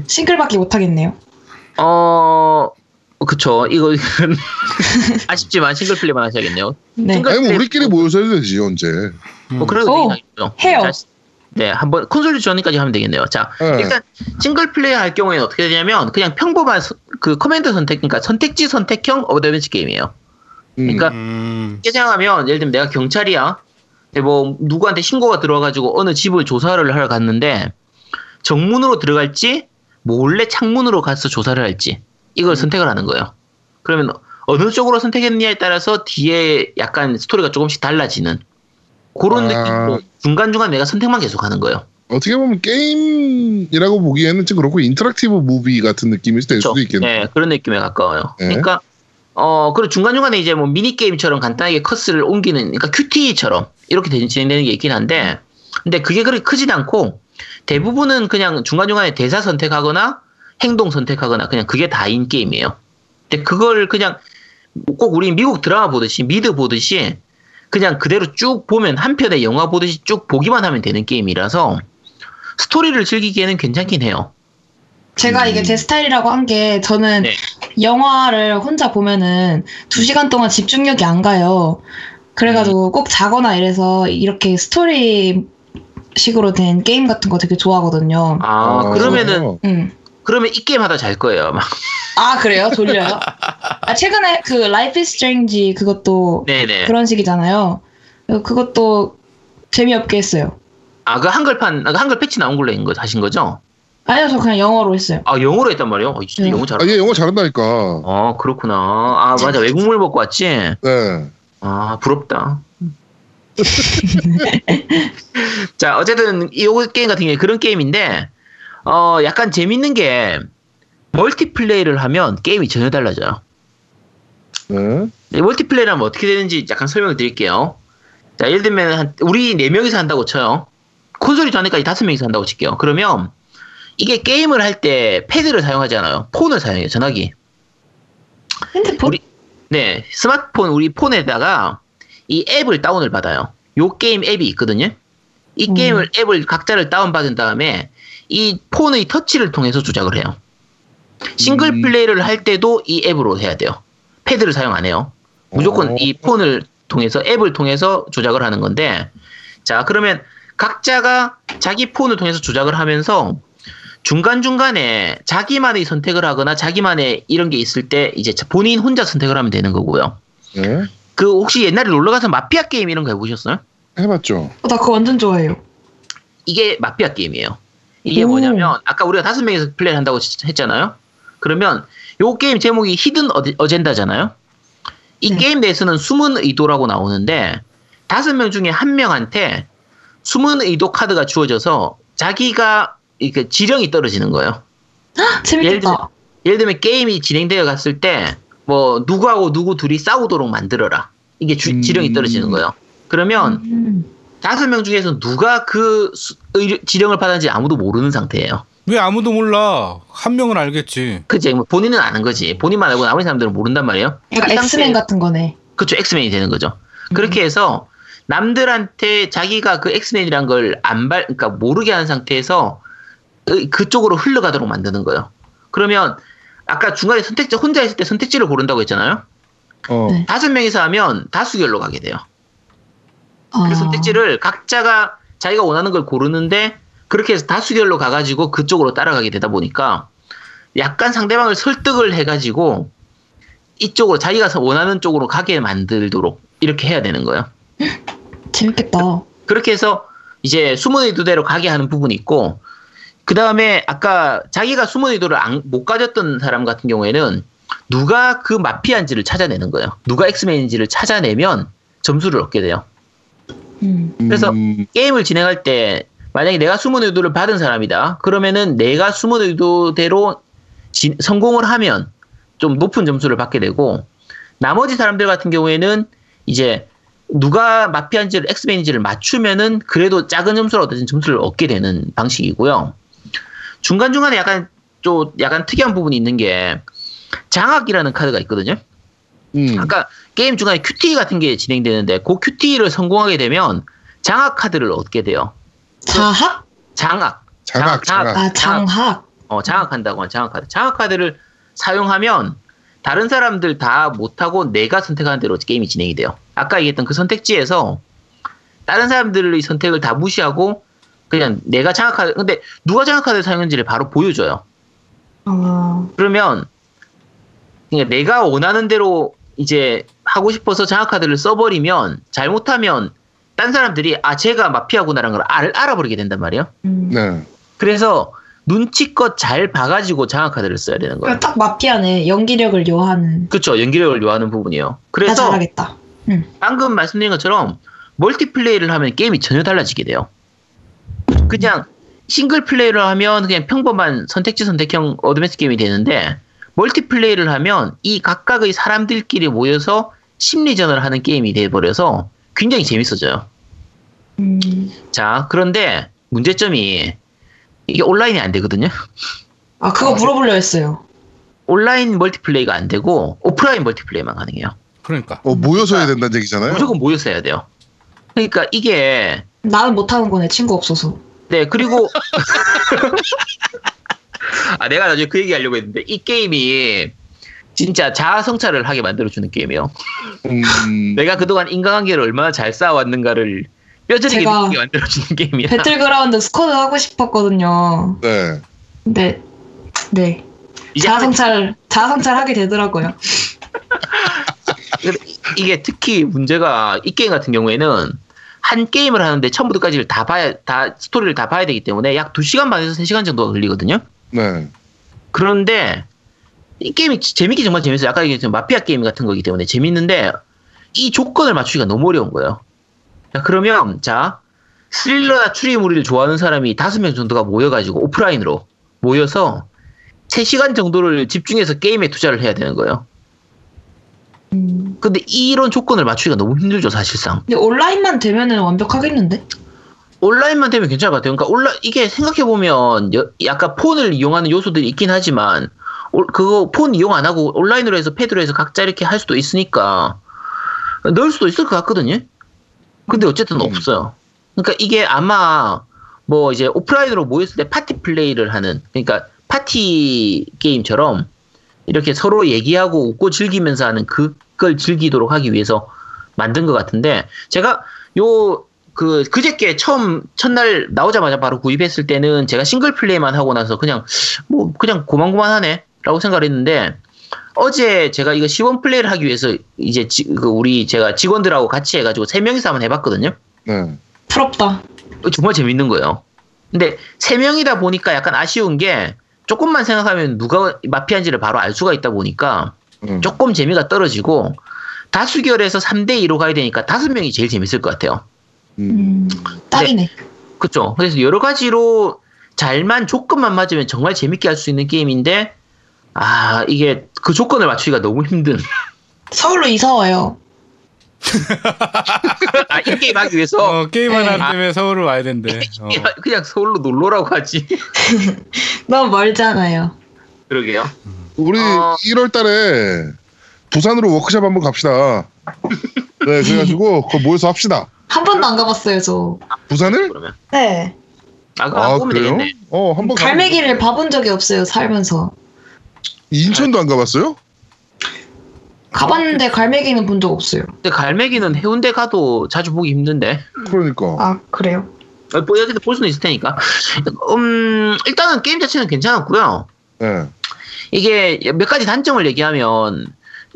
S3: 싱글밖에 못 하겠네요.
S2: 어, 그쵸. 이거 [LAUGHS] 아쉽지만 싱글 플레이만 하셔야겠네요.
S3: 네.
S2: 싱글-
S1: 아니, 뭐, 우리끼리 모여서 해도 되지, 언제.
S2: 뭐
S3: 음.
S2: 그래도
S3: 오,
S2: 되긴 하겠죠.
S3: 해요.
S2: 자, 네, 한번 콘솔 주전까지 하면 되겠네요. 자,
S1: 네.
S2: 일단 싱글 플레이 할 경우에는 어떻게 되냐면 그냥 평범한 서- 그 커맨드 선택, 그러니까 선택지 선택형 어드벤처 게임이에요.
S1: 음,
S2: 그러니까
S4: 음.
S2: 쉽게 생각하면 예를 들면 내가 경찰이야. 근데 뭐 누구한테 신고가 들어와가지고 어느 집을 조사를 하러 갔는데 정문으로 들어갈지 몰래 창문으로 가서 조사를 할지 이걸 선택을 하는 거예요. 그러면 어느 쪽으로 선택했느냐에 따라서 뒤에 약간 스토리가 조금씩 달라지는 그런
S1: 아.
S2: 느낌으로 중간중간 내가 선택만 계속하는 거예요.
S1: 어떻게 보면 게임이라고 보기에는 좀 그렇고 인터랙티브 무비 같은 느낌일 수도
S2: 그렇죠?
S1: 수도 있겠네.
S2: 네, 그런 느낌에 가까워요.
S1: 네.
S2: 그러니까 어 그리고 중간 중간에 이제 뭐 미니 게임처럼 간단하게 커스를 옮기는 그러니까 QTE처럼 이렇게 되- 진행되는 게 있긴 한데 근데 그게 그렇게 크진 않고 대부분은 그냥 중간 중간에 대사 선택하거나 행동 선택하거나 그냥 그게 다인 게임이에요. 근데 그걸 그냥 꼭 우리 미국 드라마 보듯이 미드 보듯이 그냥 그대로 쭉 보면 한 편의 영화 보듯이 쭉 보기만 하면 되는 게임이라서 스토리를 즐기기에는 괜찮긴 해요.
S3: 제가
S1: 음.
S3: 이게 제 스타일이라고 한 게 저는
S2: 네.
S3: 영화를 혼자 보면은 두 시간 동안 집중력이 안 가요. 그래가지고 꼭 자거나 이래서 이렇게 스토리 식으로 된 게임 같은 거 되게 좋아하거든요.
S2: 아, 그러면은,
S3: 음.
S2: 그러면 이 게임 하다 잘 거예요.
S3: [LAUGHS]
S2: 막.
S3: 아 그래요? 졸려요? 아, 최근에 그 Life is Strange 그것도
S2: 네네.
S3: 그런 식이잖아요. 그것도 재미없게 했어요.
S2: 아, 그 한글판, 아, 그 한글 패치 나온 걸로 인거 하신 거죠?
S3: 아니요, 저 그냥 영어로 했어요.
S2: 아, 영어로 했단 말이에요? 어, 진짜
S3: 네.
S2: 영어 잘.
S1: 아, 얘 영어 잘한다니까.
S2: 아, 그렇구나. 아, 맞아. 외국물 먹고 왔지?
S1: 네.
S2: 아, 부럽다. [LAUGHS] 자, 어쨌든, 이 게임 같은 경우에 그런 게임인데, 어, 약간 재밌는 게, 멀티플레이를 하면 게임이 전혀 달라져요.
S1: 네.
S2: 네, 멀티플레이를 하면 어떻게 되는지 약간 설명을 드릴게요. 자, 예를 들면, 한, 우리 4명이서 한다고 쳐요. 콘솔이 전에까지 5명이서 한다고 칠게요. 그러면, 이게 게임을 할 때 패드를 사용하지 않아요. 폰을 사용해요, 전화기.
S3: 핸드폰?
S2: 우리- 네, 스마트폰 우리 폰에다가 이 앱을 다운을 받아요. 요 게임 앱이 있거든요. 이
S3: 음.
S2: 게임을 앱을 각자를 다운 받은 다음에 이 폰의 터치를 통해서 조작을 해요. 싱글
S1: 음.
S2: 플레이를 할 때도 이 앱으로 해야 돼요. 패드를 사용 안 해요. 무조건
S1: 어.
S2: 이 폰을 통해서 앱을 통해서 조작을 하는 건데 자 그러면 각자가 자기 폰을 통해서 조작을 하면서 중간중간에 자기만의 선택을 하거나 자기만의 이런 게 있을 때 이제 본인 혼자 선택을 하면 되는 거고요.
S1: 네.
S2: 그 혹시 옛날에 놀러 가서 마피아 게임 이런 거 해보셨어요?
S1: 해봤죠.
S3: 어, 나 그거 완전 좋아해요.
S2: 이게 마피아 게임이에요. 이게
S3: 오.
S2: 뭐냐면 아까 우리가 다섯 명이서 플레이를 한다고 지- 했잖아요. 그러면 요 게임 제목이 히든 어디- 어젠다잖아요. 이
S3: 네.
S2: 게임 내에서는 숨은 의도라고 나오는데 다섯 명 중에 한 명한테 숨은 의도 카드가 주어져서 자기가 이렇게 지령이 떨어지는 거예요. 예를 들어-
S3: 재밌겠다.
S2: 예를 들면 게임이 진행되어 갔을 때 뭐 누구하고 누구 둘이 싸우도록 만들어라. 이게 주-
S1: 음.
S2: 지령이 떨어지는 거예요. 그러면
S3: 음.
S2: 다섯 명 중에서 누가 그 수- 의- 지령을 받았는지 아무도 모르는 상태예요.
S4: 왜 아무도 몰라? 한 명은 알겠지.
S2: 그치? 뭐 본인은 아는 거지. 본인만 알고 나머지 사람들은 모른단 말이에요.
S3: 약간
S2: 이
S3: 그러니까 엑스맨
S2: 상태에서-
S3: 같은 음. 거네.
S2: 그쵸, 엑스맨이 되는 거죠. 그렇게 해서 남들한테 자기가 그 엑스맨이란 걸 안 발, 그러니까 모르게 하는 상태에서 그- 그쪽으로 흘러가도록 만드는 거예요. 그러면 아까 중간에 선택지, 혼자 있을 때 선택지를 고른다고 했잖아요.
S1: 어.
S3: 네.
S2: 다섯 명이서 하면 다수결로 가게 돼요. 그
S3: 아.
S2: 선택지를 각자가 자기가 원하는 걸 고르는데 그렇게 해서 다수결로 가가지고 그쪽으로 따라가게 되다 보니까 약간 상대방을 설득을 해가지고 이쪽으로 자기가 원하는 쪽으로 가게 만들도록 이렇게 해야 되는 거예요.
S3: 재밌겠다.
S2: 그렇게 해서 이제 숨은 의도대로 가게 하는 부분이 있고 그 다음에 아까 자기가 숨은 의도를 안- 못 가졌던 사람 같은 경우에는 누가 그 마피아인지를 찾아내는 거예요. 누가 엑스맨인지를 찾아내면 점수를 얻게 돼요.
S3: 음.
S2: 그래서
S1: 음,
S2: 게임을 진행할 때 만약에 내가 숨은 의도를 받은 사람이다. 그러면은 내가 숨은 의도대로 지- 성공을 하면 좀 높은 점수를 받게 되고 나머지 사람들 같은 경우에는 이제 누가 마피아인지를 엑스맨인지를 맞추면은 그래도 작은 점수를 얻든 점수를 얻게 되는 방식이고요. 중간중간에 약간 또 약간 특이한 부분이 있는 게 장악이라는 카드가 있거든요.
S1: 음.
S2: 아까 그 게임 중간에 QT 같은 게 진행되는데 그 QT를 성공하게 되면 장악 카드를 얻게 돼요.
S3: 자학?
S2: 장악.
S1: 장악,
S2: 장악,
S1: 장악.
S3: 아, 장학.
S2: 어, 장악한다고 하는 장악 카드. 장악 카드를 사용하면 다른 사람들 다 못하고 내가 선택하는 대로 게임이 진행이 돼요. 아까 얘기했던 그 선택지에서 다른 사람들의 선택을 다 무시하고 그냥 내가 장악 카드 근데 누가 장악 카드를 사용했는지를 바로 보여줘요.
S3: 아,
S2: 그러면 그러니까 내가 원하는 대로 이제 하고 싶어서 장학카드를 써버리면 잘못하면 딴 사람들이 아 제가 마피아구나라는 걸 알, 알아버리게 된단 말이에요.
S3: 음.
S1: 네.
S2: 그래서 눈치껏 잘 봐가지고 장학카드를 써야 되는 거예요.
S3: 그러니까 딱 마피아네. 연기력을 요하는.
S2: 그렇죠. 연기력을 요하는 부분이요.
S3: 나
S2: 그래서
S3: 잘하겠다.
S2: 방금 말씀드린 것처럼 멀티플레이를 하면 게임이 전혀 달라지게 돼요. 그냥 싱글 플레이를 하면 그냥 평범한 선택지 선택형 어드밴스 게임이 되는데 멀티플레이를 하면 이 각각의 사람들끼리 모여서 심리전을 하는 게임이 돼버려서 굉장히 재밌어져요.
S3: 음.
S2: 자, 그런데 문제점이 이게 온라인이 안 되거든요.
S3: 아, 그거 물어보려 했어요.
S2: 온라인 멀티플레이가 안 되고 오프라인 멀티플레이만 가능해요.
S4: 그러니까.
S1: 어, 모여서 해야 된다는 얘기잖아요.
S2: 음, 무조건 모여서 해야 돼요. 그러니까 이게
S3: 나는 못하는 거네, 친구 없어서.
S2: 네, 그리고 [LAUGHS] 아, 내가 나중에 그 얘기 하려고 했는데, 이 게임이 진짜 자아 성찰을 하게 만들어주는 게임이에요. [LAUGHS]
S1: 음,
S2: 내가 그동안 인간관계를 얼마나 잘 쌓아왔는가를 뼈저리게
S3: 제가
S2: 느끼게 만들어주는
S3: 아.
S2: 게임이야.
S3: 배틀그라운드 스쿼드 하고 싶었거든요.
S1: 네.
S3: 근데 네
S2: [LAUGHS] 이제 하는-
S3: 자아성찰 자아성찰 하게 되더라고요.
S2: 근데 이- 이게 특히 문제가 이 게임 같은 경우에는 한 게임을 하는데 처음부터까지를 다 봐야 다 스토리를 다 봐야 되기 때문에 약 2시간 반에서 3시간 정도가 걸리거든요.
S1: 네.
S2: 그런데 이 게임이 지- 재밌게 정말 재밌어요. 아까 얘기했지만 마피아 게임 같은 거기 때문에 재밌는데 이 조건을 맞추기가 너무 어려운 거예요. 자, 그러면 자 스릴러나 추리물을 좋아하는 사람이 다섯 명 정도가 모여가지고 오프라인으로 모여서 3시간 정도를 집중해서 게임에 투자를 해야 되는 거예요.
S3: 음,
S2: 근데 이런 조건을 맞추기가 너무 힘들죠, 사실상.
S3: 근데 온라인만 되면은 완벽하겠는데?
S2: 온라인만 되면 괜찮을 것 같아요. 그러니까 온라 이게 생각해 보면 약간 폰을 이용하는 요소들이 있긴 하지만 올- 그거 폰 이용 안 하고 온라인으로 해서 패드로 해서 각자 이렇게 할 수도 있으니까 넣을 수도 있을 것 같거든요. 근데 어쨌든
S1: 음.
S2: 없어요. 그러니까 이게 아마 뭐 이제 오프라인으로 모였을 때 파티 플레이를 하는 그러니까 파티 게임처럼 이렇게 서로 얘기하고 웃고 즐기면서 하는 그걸 즐기도록 하기 위해서 만든 것 같은데 제가 요 그 그저께 처음 첫날 나오자마자 바로 구입했을 때는 제가 싱글 플레이만 하고 나서 그냥 뭐 그냥 고만고만하네라고 생각을 했는데 어제 제가 이거 시범 플레이를 하기 위해서 이제 지- 그 우리 제가 직원들하고 같이 해가지고 세 명이서 한번 해봤거든요.
S1: 네.
S3: 부럽다.
S2: 어, 정말 재밌는 거예요. 근데 세 명이다 보니까 약간 아쉬운 게 조금만 생각하면 누가 마피아인지를 바로 알 수가 있다 보니까
S1: 음.
S2: 조금 재미가 떨어지고 다수결에서 3대 2로 가야 되니까 다섯 명이 제일 재밌을 것 같아요.
S1: 음.
S3: 음, 딱이네.
S2: 그렇죠. 그래서 여러 가지로 잘만 조건만 맞으면 정말 재밌게 할 수 있는 게임인데 아 이게 그 조건을 맞추기가 너무 힘든.
S3: 서울로 이사 와요.
S2: [LAUGHS] 아, 이 게임 하기 위해서
S4: 어, 게임
S3: 네.
S4: 하나
S2: 아.
S4: 때문에 서울을
S2: [LAUGHS]
S4: 와야 된대.
S1: 네,
S4: 어.
S2: 그냥 서울로 놀러라고 하지. [LAUGHS]
S3: 너무 멀잖아요.
S2: 그러게요.
S1: 우리
S2: 어.
S1: 1월 달에 부산으로 워크숍 한번 갑시다. 네,
S2: [LAUGHS]
S1: 그래가지고 그거 모여서 합시다.
S3: 한 번도 안 가봤어요, 저.
S1: 부산을?
S2: 그러면
S3: 네.
S2: 아,
S1: 아,
S2: 아 보면
S1: 그래요?
S2: 되겠네.
S1: 어, 한번 가면
S3: 갈매기를 봐본 적이 없어요, 살면서.
S1: 인천도 안 가봤어요?
S3: 가봤는데 갈매기는 본 적 없어요.
S2: 근데 갈매기는 해운대 가도 자주 보기 힘든데.
S1: 그러니까.
S3: 아, 그래요?
S2: 어, 보- 어쨌든 볼 수는 있을 테니까. 음 일단은 게임 자체는 괜찮았고요.
S1: 네.
S2: 이게 몇 가지 단점을 얘기하면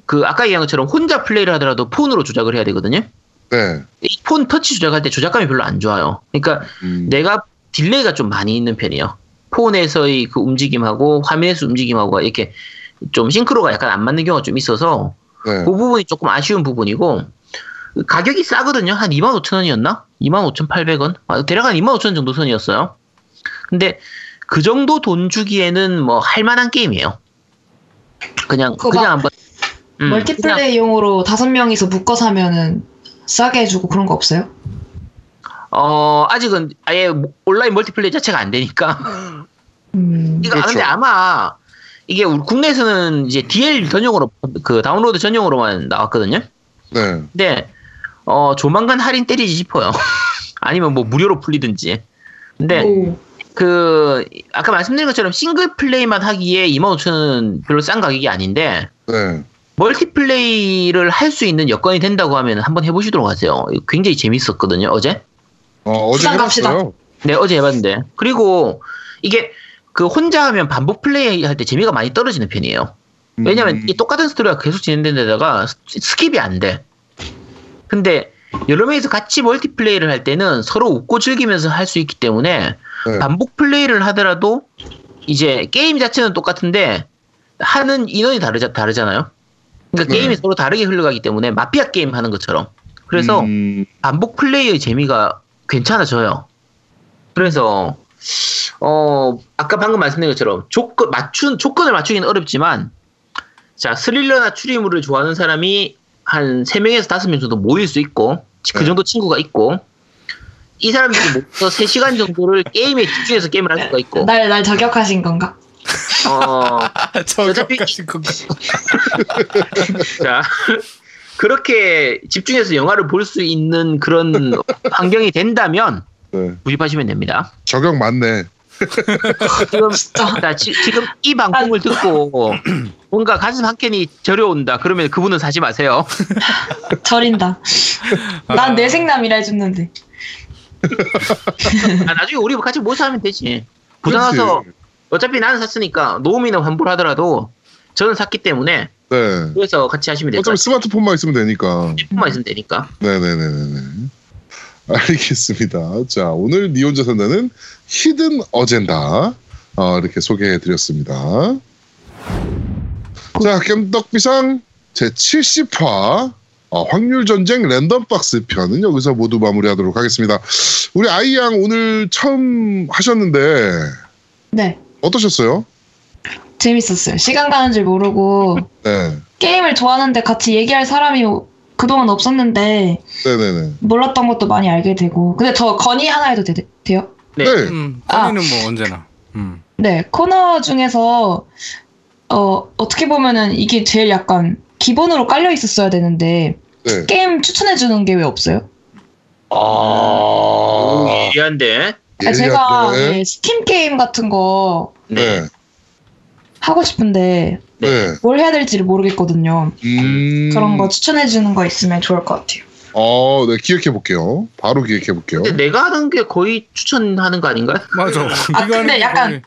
S2: 그 아까 얘기한 것처럼 혼자 플레이를 하더라도 폰으로 조작을 해야 되거든요.
S1: 네.
S2: 이 폰 터치 조작할 때 조작감이 별로 안 좋아요. 그러니까
S1: 음.
S2: 내가 딜레이가 좀 많이 있는 편이에요. 폰에서의 그 움직임하고 화면에서 움직임하고 이렇게 좀 싱크로가 약간 안 맞는 경우가 좀 있어서
S1: 네.
S2: 그 부분이 조금 아쉬운 부분이고 가격이 싸거든요. 한 25,000원이었나? 25,800원? 아, 대략 한 25,000원 정도 선이었어요. 근데 그 정도 돈 주기에는 뭐 할만한 게임이에요. 그냥
S3: 그거
S2: 그냥
S3: 막
S2: 한번 음, 그냥-
S3: 멀티플레이용으로 다섯 명이서 묶어서 하면은 싸게 해주고 그런 거 없어요?
S2: 어 아직은 아예 온라인 멀티플레이 자체가 안 되니까
S3: 음.
S2: 이거
S1: 그렇죠.
S2: 그러니까 근데 아마 이게 우리 국내에서는 이제 DL 전용으로 그 다운로드 전용으로만 나왔거든요.
S1: 네.
S2: 근데 어 조만간 할인 때리지 싶어요. [LAUGHS] 아니면 뭐 무료로 풀리든지. 근데
S1: 네.
S3: 오.
S2: 그 아까 말씀드린 것처럼 싱글 플레이만 하기에 25,000원은 별로 싼 가격이 아닌데
S1: 네.
S2: 멀티플레이를 할 수 있는 여건이 된다고 하면 한번 해보시도록 하세요. 굉장히 재밌었거든요 어제.
S1: 어, 어제
S3: 부산 갑시다.
S1: 해봤어요.
S2: 네, 어제 해봤는데. 그리고 이게 그 혼자 하면 반복 플레이 할 때 재미가 많이 떨어지는 편이에요.
S1: 음.
S2: 왜냐면 이 똑같은 스토리가 계속 진행된 데다가 스- 스킵이 안 돼. 근데 여러 명이서 같이 멀티플레이를 할 때는 서로 웃고 즐기면서 할 수 있기 때문에
S1: 네.
S2: 반복 플레이를 하더라도 이제 게임 자체는 똑같은데 하는 인원이 다르자, 다르잖아요. 그러니까
S1: 네.
S2: 게임이 서로 다르게 흘러가기 때문에 마피아 게임 하는 것처럼. 그래서
S1: 음.
S2: 반복 플레이의 재미가 괜찮아져요. 그래서 어 아까 방금 말씀드린 것처럼 조건 맞춘 조건을 맞추기는 어렵지만 자 스릴러나 추리물을 좋아하는 사람이 한 3명에서 5명 정도 모일 수 있고 그
S1: 네.
S2: 정도 친구가 있고 이 사람들이 모여서 3시간 정도를 게임에 집중해서 게임을 할 수가 있고
S3: 날, 날 저격하신 건가?
S2: 어 어차피-
S4: 저격하신 건가?
S2: 자, 그렇게 집중해서 영화를 볼 수 있는 그런 환경이 된다면
S1: 네.
S2: 구입하시면 됩니다.
S1: 저격 맞네.
S2: 지금
S3: 진짜.
S2: 자, 지, 금이
S1: [LAUGHS]
S2: 방송을 듣고 뭔가 가슴 한 켠이 저려온다. 그러면 그분은 사지 마세요.
S3: 저린다. 난 내 생남이라 해줬는데.
S2: 아, 나중에 우리 같이 모여서 하면 되지. 부산 와서
S1: 네. 그치?
S2: 어차피 나는 샀으니까 노우미는 환불하더라도 저는 샀기 때문에
S1: 네.
S2: 그래서 같이 하시면 될것
S1: 어차피
S2: 같아요.
S1: 스마트폰만 있으면 되니까.
S2: 만 있으면 되니까.
S1: 네네네네네. 알겠습니다. 자, 오늘 니 혼자 산다는 히든 어젠다. 어, 이렇게 소개해드렸습니다. 자, 겜떡비상 제70화 어, 확률전쟁 랜덤박스 편은 여기서 모두 마무리하도록 하겠습니다. 우리 아이양 오늘 처음 하셨는데
S3: 네.
S1: 어떠셨어요?
S3: 재밌었어요. 시간 가는 줄 모르고
S1: 네.
S3: 게임을 좋아하는데 같이 얘기할 사람이 그동안 없었는데
S1: 네네네.
S3: 몰랐던 것도 많이 알게 되고. 근데 저 건의 하나 해도 되, 돼요?
S2: 네.
S1: 네.
S4: 음,
S3: 아.
S4: 커니는 뭐 언제나. 음.
S3: 네. 코너 중에서 어, 어떻게 보면은 이게 제일 약간 기본으로 깔려 있었어야 되는데
S1: 네.
S3: 게임 추천해 주는 게 왜 없어요?
S2: 아. 오,
S1: 아.
S2: 예리한데.
S3: 아, 제가
S1: 네.
S3: 네, 스팀 게임 같은 거
S2: 네.
S1: 네.
S3: 하고 싶은데
S1: 네.
S3: 뭘 해야 될지를 모르겠거든요.
S1: 음.
S3: 그런 거 추천해 주는 거 있으면 좋을 것 같아요.
S1: 어, 네, 기획해볼게요. 바로 기획해볼게요.
S2: 근데 내가 하는 게 거의 추천하는 거 아닌가요?
S4: 맞아.
S3: 아,
S4: [LAUGHS] 이거 하는
S3: 근데
S4: 게
S3: 약간
S4: 거의-
S1: 네.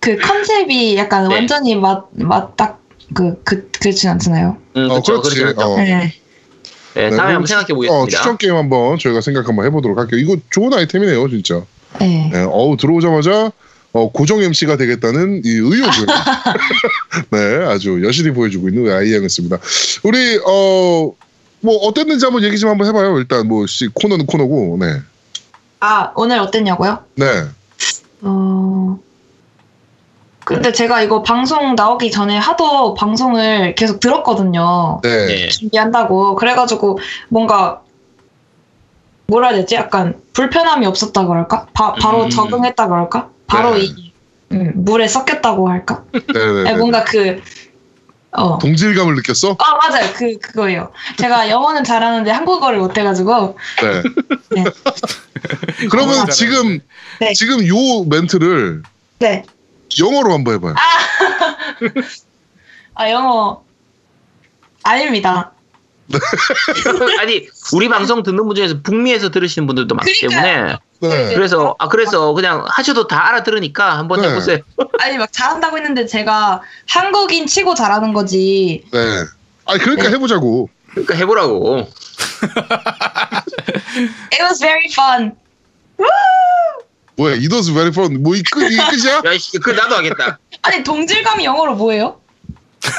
S3: 그 컨셉이 약간
S2: 네.
S3: 완전히 맞, 맞딱 그, 그, 그렇진 않잖아요.
S2: 음,
S1: 어,
S2: 그렇죠.
S1: 그렇지.
S2: 그렇죠.
S1: 어.
S3: 네.
S2: 네,
S1: 네,
S2: 다음에
S1: 그럼
S2: 한번
S1: 추-
S2: 생각해
S1: 어,
S2: 보겠습니다.
S1: 추천 게임 한번 저희가 생각 한번 해보도록 할게요. 이거 좋은 아이템이네요, 진짜.
S3: 네.
S1: 네, 어우 들어오자마자 어, 고정 MC가 되겠다는 이
S2: [LAUGHS]
S1: 의욕을 [LAUGHS] 네 아주 여실히 보여주고 있는 아이양이었습니다. 우리 어. 뭐 어땠는지 한번 얘기 좀 한번 해봐요. 일단 뭐 씨, 코너는 코너고, 네,
S3: 아, 오늘 어땠냐고요?
S1: 네,
S3: 어. 근데 제가 이거 방송 나오기 전에 하도 방송을 계속 들었거든요.
S1: 네,
S2: 네.
S3: 준비한다고. 그래가지고 뭔가 뭐라 해야 되지? 약간 불편함이 없었다 그럴까? 바, 바로
S2: 음.
S3: 적응했다 그럴까? 바로
S1: 네.
S3: 이 음, 물에 섞였다고 할까?
S1: 네, 네,
S3: 아니,
S1: 네.
S3: 뭔가 그 어.
S1: 동질감을 느꼈어?
S3: 아 맞아요 그 그거예요 제가 영어는 잘하는데 한국어를 못해가지고
S1: 네.
S3: 네.
S1: 그러면
S4: 아,
S1: 지금
S3: 네.
S1: 지금 요 멘트를
S3: 네 아
S1: 영어로 한번 해봐요.
S3: 아, 영어 아닙니다
S2: 네. 아니 우리 방송 듣는 분 중에서 북미에서 들으시는 분들도 많기 때문에
S1: 네,
S2: 그래서 아 그래서 그냥 하셔도 다 알아들으니까 한번
S1: 네.
S2: 해보세요.
S3: 아니 막 잘한다고 했는데 제가 한국인 치고 잘하는 거지
S1: 네. 아 그러니까 해보자고.
S2: 그러니까 해보라고.
S3: It was very fun
S1: 뭐야 이더스 베리펀 뭐이 끝, 이 [LAUGHS] 끝이야?
S2: 야이씨 그 나도 하겠다.
S3: 아니 동질감이 영어로 뭐예요?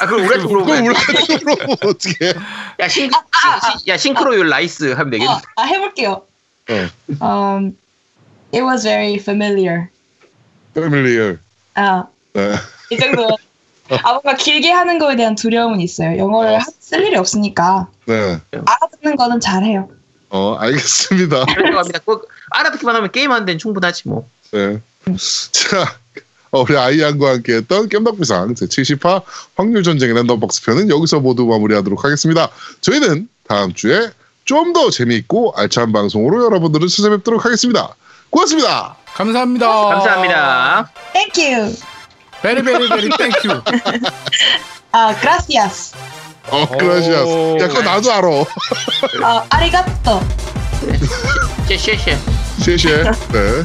S2: 아 그럼 우리한테
S1: 그걸
S2: 물어보면
S1: 우리한테 물어보면 어떻게 해?
S2: 야 싱,
S3: 아, 아, 아.
S2: 야 싱크로율 라이스 하면 되겠네.
S3: 어, 아 해볼게요
S1: 어.
S3: um, It was very familiar
S1: familiar.
S3: 아,
S1: 네.
S3: 이 정도 아 뭔가 길게 하는 거에 대한 두려움은 있어요 영어를 하- 쓸 일이 없으니까
S1: 네.
S3: 알아듣는 거는 잘해요
S1: 어, 알겠습니다.
S2: 그렇다고 합니다. 꼭 알아듣기만 하면 게임 하는 데는 충분하지 뭐.
S1: 네. 자, 어, 우리 아이안과 함께했던 겜덕비상 제70화 확률전쟁의 랜덤박스 편은 여기서 모두 마무리하도록 하겠습니다. 저희는 다음 주에 좀 더 재미있고 알찬 방송으로 여러분들을 찾아뵙도록 하겠습니다. 고맙습니다.
S4: 감사합니다.
S2: 어. 감사합니다.
S3: Thank you
S4: 베리 베리 베리 땡큐.
S3: 아, gracias.
S1: 어,
S4: 오.
S1: 그라시아스. 야, 그거 나도 알아.
S3: 아, arigato.
S2: 쉐쉐쉐.
S1: 쉐쉐. 네.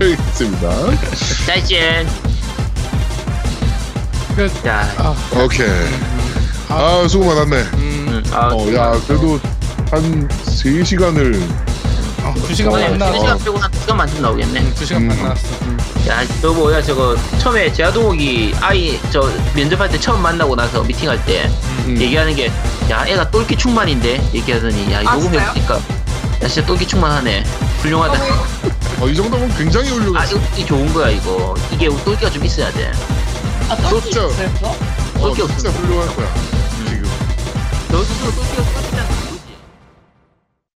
S1: 알겠습니다.
S2: 짜이젠.
S4: 끝.
S2: 자,
S1: 오케이. 아, 수고 많았네.
S4: 음,
S2: 음, 아,
S1: 어, 야, 그래도 한 3시간을. 음,
S4: 어, 두 시간
S2: 아니,
S4: 반
S2: 한
S4: 나왔어.
S2: 시간 빼고 한 2시간 만좀 나오겠네.
S4: 두 시간 반
S1: 음.
S4: 나왔어. 음.
S2: 야, 너 뭐야, 저거, 처음에 제아동욱이 아이, 저, 면접할 때 처음 만나고 나서 미팅할 때
S1: 음.
S2: 얘기하는 게, 야, 애가 똘끼 충만인데? 얘기하더니, 야,
S3: 아,
S2: 녹음해보니까, 야, 진짜 똘끼 충만하네. 훌륭하다.
S1: 어, 이 정도면 굉장히
S2: 아,
S1: 훌륭했어.
S2: 이거 이 좋은 거야, 이거. 이게 똘끼가 좀 있어야 돼.
S3: 아,
S1: 또 있어요?
S3: 있어요?
S1: 어,
S2: 똘끼 아, 없어.
S1: 진짜 훌륭할 거야. 음, 지금.
S2: 너 스스로 똘끼가